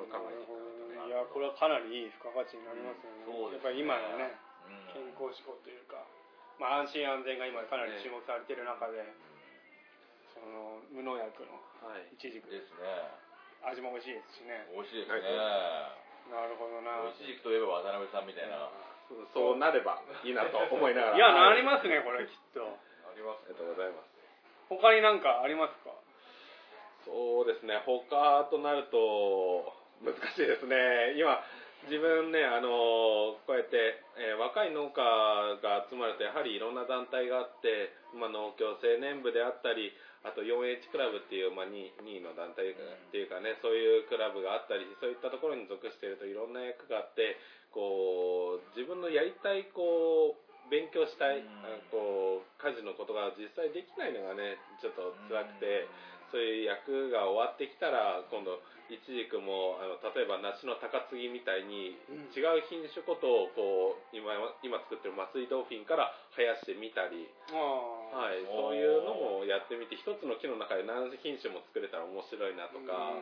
こ
これ考えていかな
とね
い
い
やこれはかなりいい付加価値になりますよね。
そうです
やっぱり今のね
うん
健康志向というか、まあ安心安全が今かなり注目されてる中で、その無農薬の
はい
イチジク
ですね
味も美味しいですしね
美味しいですね、
なるほどな
美味しいといえば渡辺さんみたいな、
そうなればいいなと思いながら。
いや
は
なりますねこれきっと
ありま
ありがとうございます。
他になんかありますか
そうですね、他となると、難しいですね。今、自分ね、あの、こうやって、えー若い農家が集まると、やはりいろんな団体があって、まあ、農協青年部であったり、あと 4H クラブっていう、まあ、2, 位の団体っていうかね、そういうクラブがあったり、そういったところに属しているといろんな役があって、こう、自分のやりたい、こう、勉強したい、
うん
あのこう、家事のことが実際できないのがね、ちょっと辛くて、そういう役が終わってきたら今度イチジクもあの例えば梨の高継ぎみたいに
うん
違う品種ことをこう今今作ってる松井ドーフィンから生やしてみたり、
ああ、
はい、
おー
そういうのもやってみて一つの木の中で何品種も作れたら面白いなとか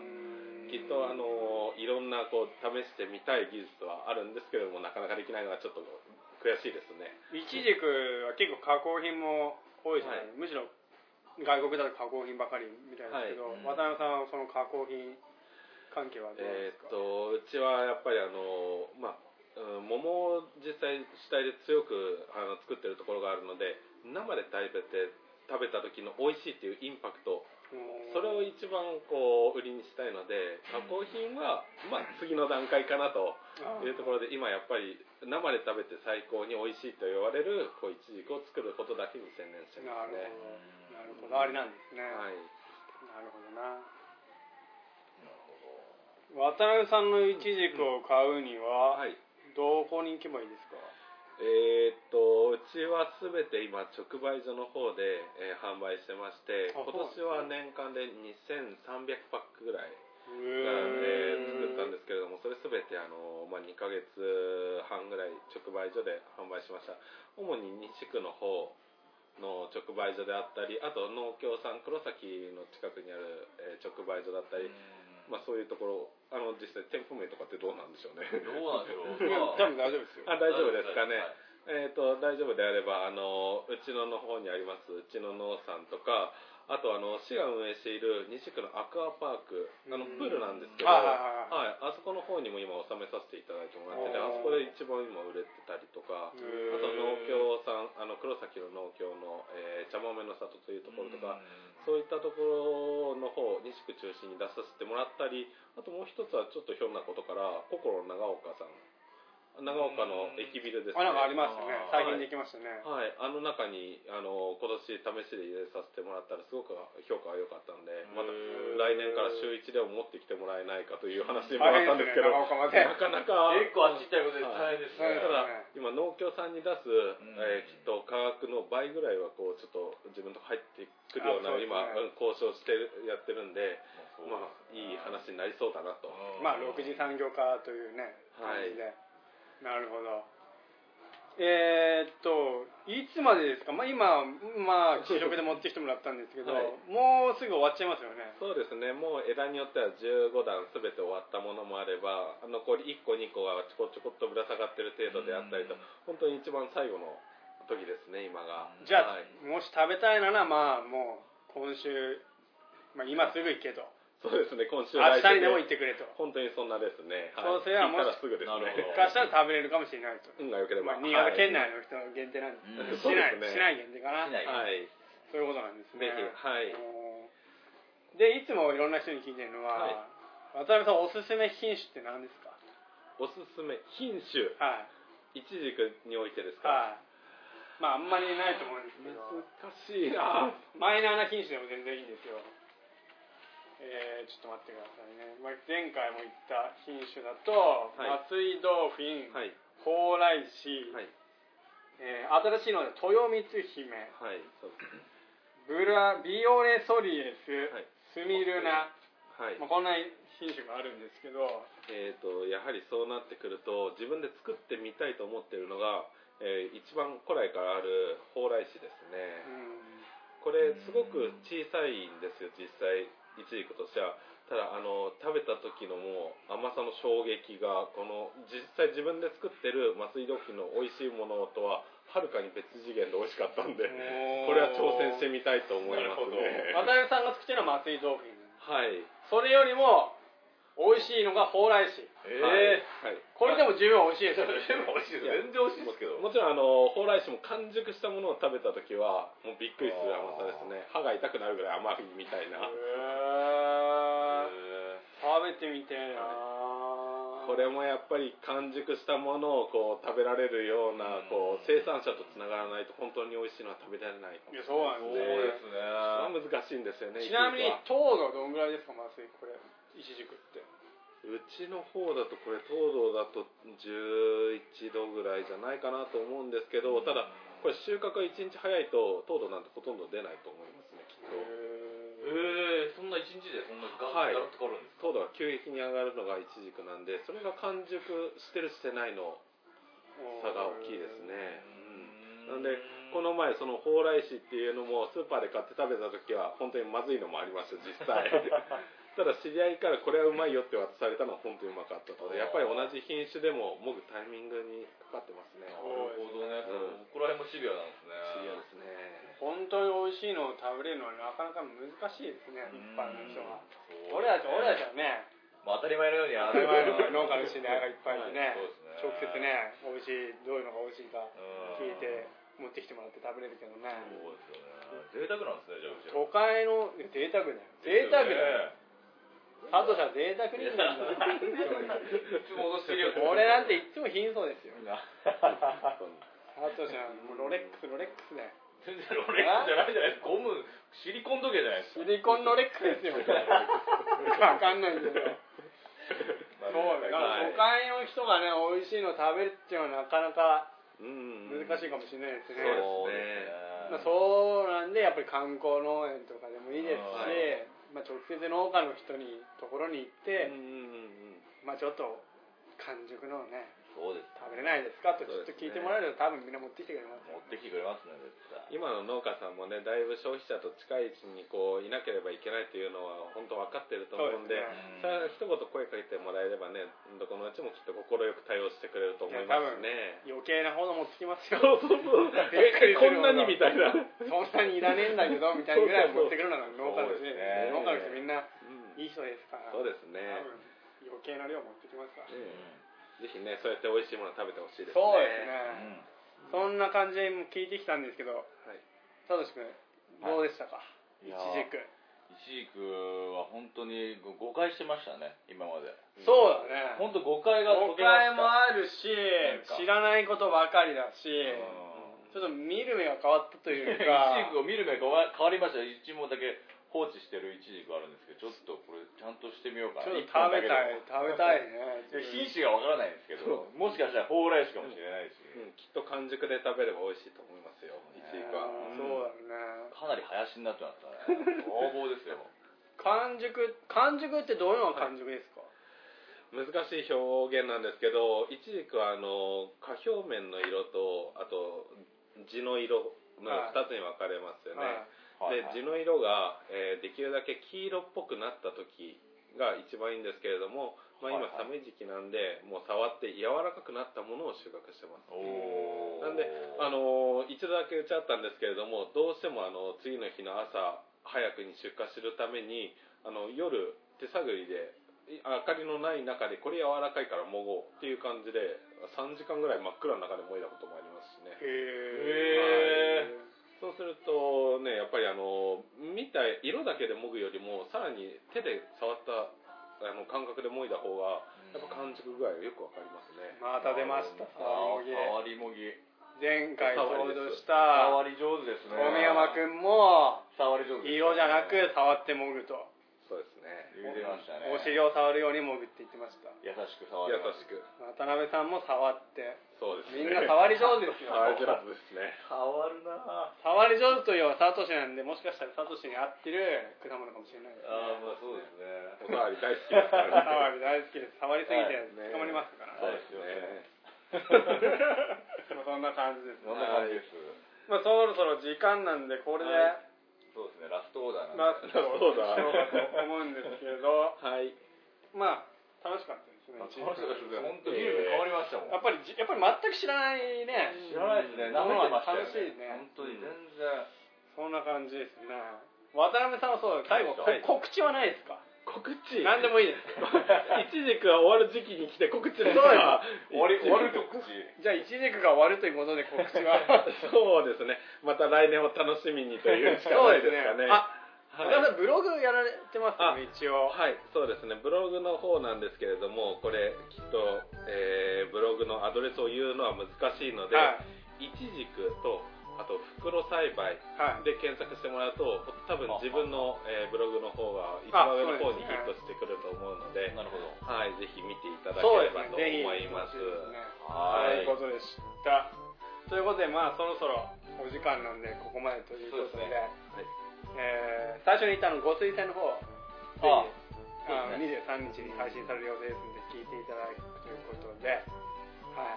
う。ん
きっとあのいろんなこう試してみたい技術はあるんですけれどもなかなかできないのはちょっと悔しいですね
イチジクは結構加工品も多いじゃない、
は
むしろ外国だと加工品ばかりみたいですけ
は
ど、
い
渡辺さんはその加工品関係はどうで
え
す
ーっ
か、
とうちはやっぱりあのまあうん桃を実際主体で強くあの作ってるところがあるので生で食べて食べた時の美味しいっていうインパクト
うん
それを一番こう売りにしたいので加工品はまあ次の段階かなと
ああ
いうところで今やっぱり生で食べて最高に美味しいと言われるこうイチジクを作ることだけに専念して
な
ます
る
ね。
ほどなるほどあれなんですね、
はい
なるほどな
なるほど
渡辺さんのイチジクを買うには、
はい
どこに行けばいいですか
えーっとうちはすべて今直売所の方で、えー販売してまして
あ
今年は年間で2300パックぐら
へ
い、えー作ったんですすけれどもそれすべてあの、まあ、2ヶ月半ぐらい直売所で販売しました主に西区の方の直売所であったりあと農協さん黒崎の近くにある、えー直売所だったり、まあ、そういうところあの実際店舗名とかってどうなんでしょうね
どうなんでしょう
いや多分大丈夫ですよ
あ大丈夫ですかね
はい
えー、と大丈夫であればあのうちのの方にありますうちの農さんとかあとあの市が運営している西区のアクアパークあの
うん
プールなんですけど、
はいは
はい、あそこの方にも今収めさせていただいてもらってて
あ
あ
ー
そこで一番今売れてたりとかあと
へー
農協さんあの黒崎の農協の、えー、茶豆の里というところとか、
う
そういったところの方西区中心に出させてもらったりあともう一つはちょっとひょんなことから心長岡さん長岡の駅ビルです
あなんかありましたね
あー
最近できましたね、
はい、あの中にあの今年試しで入れさせてもらったらすごく評価が良かったんでまた
へー
来年から週1でも持ってきてもらえないかという話にも
大変
なったん
で
で
す
すけ
ね
ど、
長岡まで
なかなか
結構あっち行ったことで大変です
は
た
い
ね、
だ今農協さんに出す、
ん
えーきっと価格の倍ぐらいはこうちょっと自分とこ入ってくるような
あそうですね
今うん交渉してるやってるんで
ま
ま
あ
あいい話になりそうだなと
まあ6次産業化というね感
はい
じで、なるほどえーっといつまでですか、まあ、今、まあ、試食で持ってきてもらったんですけど、
はい
もうすぐ終わっちゃいますよね
そうですねもう枝によっては15段全て終わったものもあれば残り1個2個がちょこちょこっとぶら下がってる程度であったりと
うん
本当に一番最後の時ですね今が
うん
じゃあ、
はい
もし食べたいならまあもう今週、まあ、今すぐ行けと
そうですね今週
明
来週
日にでも行ってくれと
本当にそんなですね、
そうすれば
聞いた
も
ら
し
すぐです
なるほ
ね
ど
かしたら食べれるかもしれないと、
運が良けれ
ま
ば、
あ、新潟県
は
内
い
の人の限定なん
う
で、
ん
市
そう
内
ですね
市内限定かな
市内
はい
そういうことなんですね
ぜひはい
おーでいつもいろんな人に聞いてるのは、
はい
渡辺さんおすすめ品種って何ですか
おすすめ品種
はい
イチジクにおいてですか、
はいまああんまりないと思うんですけ
難
ど
しいな
マイナーな品種でも全然いいんですよえー、ちょっと待ってくださいね、まあ、前回も言った品種だと、
はい
松井豆腐、
はい
蓬莱柿、
はい
えー新しいので豊光姫
はいそうですね
ブラビオレソリエス、
はい
スミルナ、
はい
まあ、こんな品種があるんですけど
えー、とやはりそうなってくると自分で作ってみたいと思ってるのが、えー一番古来からある蓬莱紙ですね
う
これすごく小さいんですよ実際イチジクとしてはただあの食べた時のもう甘さの衝撃がこの実際自分で作ってる松井豆腐の美味しいものとははるかに別次元で美味しかったんで
ん
これは挑戦してみたいと思いますね
渡辺さんが作ってるのは松井豆腐
はい
それよりも美味しいのが蓬莱酒
ええ
はいはい
これでも十分美味しいですよ
全部美味しいです全然美味しいですけど
もちろんあの蓬莱酒も完熟したものを食べた時はもうびっくりする甘さですね歯が痛くなるぐらい甘いみたいな
へー食べてみてえな
これもやっぱり完熟したものをこう食べられるようなこう生産者とつながらないと本当に美味しいのは食べられないかも
いやそうなん
そう
です
ですね
ね
それは難しいんですよね
ちなみに糖度はどんぐらいですか松井これイチジクって
うちの方だとこれ糖度だと11度ぐらいじゃないかなと思うんですけどただこれ収穫が1日早いと糖度なんてほとんど出ないと思いますねきっと
ええそんな一日でそんなガ
はい
ラッと変わるんですか
糖度が急激に上がるのがイチジクなんでそれが完熟してるしてないの差が大きいですね、うん、なんでこの前その蓬莱酒っていうのもスーパーで買って食べた時は本当にまずいのもありました実 際ただ知り合いからこれはうまいよって渡されたのは本当にうまかったのでやっぱり同じ品種でももぐタイミングにかかってますね
なるほどね
うん
ここら辺もシビアなんですね
知り合いですね
本当に美味しいのを食べれるのはなかなか難しいですね一般の人は
うん
俺らじゃ俺らじゃね
まあ当たり前のように
当たり前の農家の知り合いがいっぱいいてね,、直接ね美味しいどういうのが美味しいか聞いて持ってきてもらって食べれるけどね
そうですよね贅沢なんですねじゃあうちら
都会のいや贅沢だよ贅沢だよ
ね
佐藤さん贅沢人 間だよ
いつも脅してるよ
俺なんていつも貧相ですよ
全
佐藤さんもうロレックスロレックスだよ
然ロレックスじゃないじゃないですかゴムシリコン時計じゃないです
シ
か
リコンロレックスですよわかんないけどそ
そう
だから都会の人がね美味しいの食べるっていうのはなかなか難しいかもしれないです
そう
ね、
ですね
まあ、そうなんでやっぱり観光農園とかでもいいですし、まあ、直接農家の人にところに行って、まあ、ちょっと完熟のをね
そうです
食べれないですかとちょっと聞いてもらえると多分みんな持ってきてくれます
持
よ
ってきてくれますね絶対
今の農家さんもねだいぶ消費者と近い位置にこういなければいけないというのは本当分かってると思うんで
そうですね
さあ一言声かけてもらえればねどこのうちもきっと快く対応してくれると思いますね
余計なほど持ってきますよ
そうそう そうえこんなにみたいな、
そんなにいらねえんだけどみたいなぐらい持ってくるのが農家
そう
の人
ですね
農家の人みんな
うん
いい人ですから
そうですね
多分余計な量持ってきますから、
ええぜひねそうやって美味しいもの食べてほしいですね
そうです
う
ね、
ん
そんな感じで聞いてきたんですけど
はい
サトシ君どうでしたか、
い
いち
や
じく
一軸は本当に誤解してましたね今まで
そうだね
本当誤解が
誤
解けま
解
した
もあるし
なんか
知らないことばかりだし
うん
ちょっと見る目が変わったと
イチ
い う
ジク
か
を見る目が変わ変わりました一問だけ放置してるイチジクあるんですけどちょっとこれちゃんとしてみようか
ち
な
ょっと食べたい
一
食
本
べ
だ
たい
けでも
ね
いや品種がわからないんですけどもしかしたら蓬莱種かもしれないし、
うんきっと完熟で食べれば美味しいと思いますよイチジクは
あー
うん
そうだね
かなり林になってましたね横暴ですよ
完熟完熟ってどういうのが完熟ですか、
難しい表現なんですけどイチジクはあの果表面の色とあと地の色の
はい
2つに分かれますよ
はい
ね、で地の色が、えーできるだけ黄色っぽくなった時が一番いいんですけれども、まあ、今
はい
寒い時期なんでもう触って柔らかくなったものを収穫してます
おー
なんであのー一度だけ打ち合ったんですけれどもどうしてもあの次の日の朝早くに出荷するためにあの夜手探りでい明かりのない中でこれ柔らかいからもごうっていう感じで3時間ぐらい真っ暗の中でもいだこともありますしね
へ
へ
ー
え
そうするとねやっぱりあの見た色だけでもぐよりもさらに手で触ったあの感覚でもいだ方がやっぱ完熟具合がよくわかりますね、
また出ました
あー
触り
触りもぎ
前回登場した
触り上手ですね
小宮山君も
触り上手ですね
色じゃなく触ってもぐと
そうですね
言うてましたね
お尻を触るようにもぐって言ってました
優しく触
優
りま
し
した
く
渡辺さんも触って
そうです
み
ね
んな触り上手で すよ
触り上手ですね
触るなあ
触り上手といえばサトシなんでもしかしたらサトシに合ってる果物かもしれないですね
あーまあそうです
お
ね
かわり大好きですからね。
触り大好きです触りすぎて
ね
捕まります から
そう
ね、
ですよね
まあそんな感じで す
そん
ね、
な感じです
まあ、そろそろ時間なんでこれで
そうですねラストオーダー
ラ
なん
ス
で
トをしようかと思うんですけど
はい。
まあ楽しかったですね
この人たち
や
本当に見る目変わりましたもん
っぱりじやっぱり全く知らないね
知らないですね。
うん
舐めてましたよ
楽しいね
本当に全然。
そんな感じですね渡辺さんはそう最後、こ
はい
告知はないですか
告知。
何でもいいです
いちじくが終わる時期に来て告知です
そう
か。
終わり終わると口。
じゃあイチジクが終わるということで告知は
そうですね。また来年を楽しみにというしか
そう
な
で
いですすか
ね
ね。
あ
は
渡辺
い
さんブログやられてますよね一応
はい、そうですね。ブログの方なんですけれども、これきっと、えーブログのアドレスを言うのは難しいので、
はい
いちじくとあと袋栽培
はい
で検索してもらうと多分自分の、えーブログの方が一番上の方にヒットしてくると思うので
なるほど。
はい、ぜひ見ていただけ
そうで
れ
す
ば
ね
と思
ぜひ
います。
は、
はいい
ということでしたということでまあそろそろお時間なんでここまでということ
そうで
で
すね
はい
えー最初に言ったあのご推薦の方ぜひ
あ
あの
そうで
23日に配信される予定ですので聞いていただくということで、はい、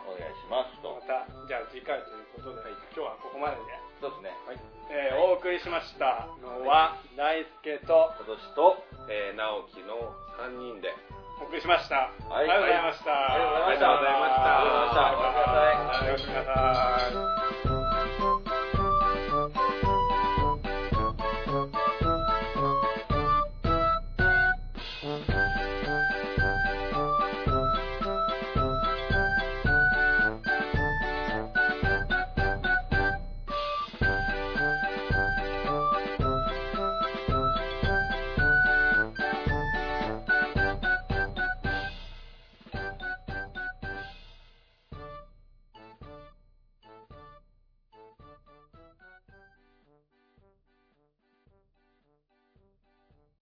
お願いします
ま
と。
たじゃあ次回ということで、今日はここまでで、
そうですね。
はい、
えーお送りしましたのは大輔と
今年と。
えー直樹の3人で
お送りしました、
はい
ありがとうございました、
ありがとうございました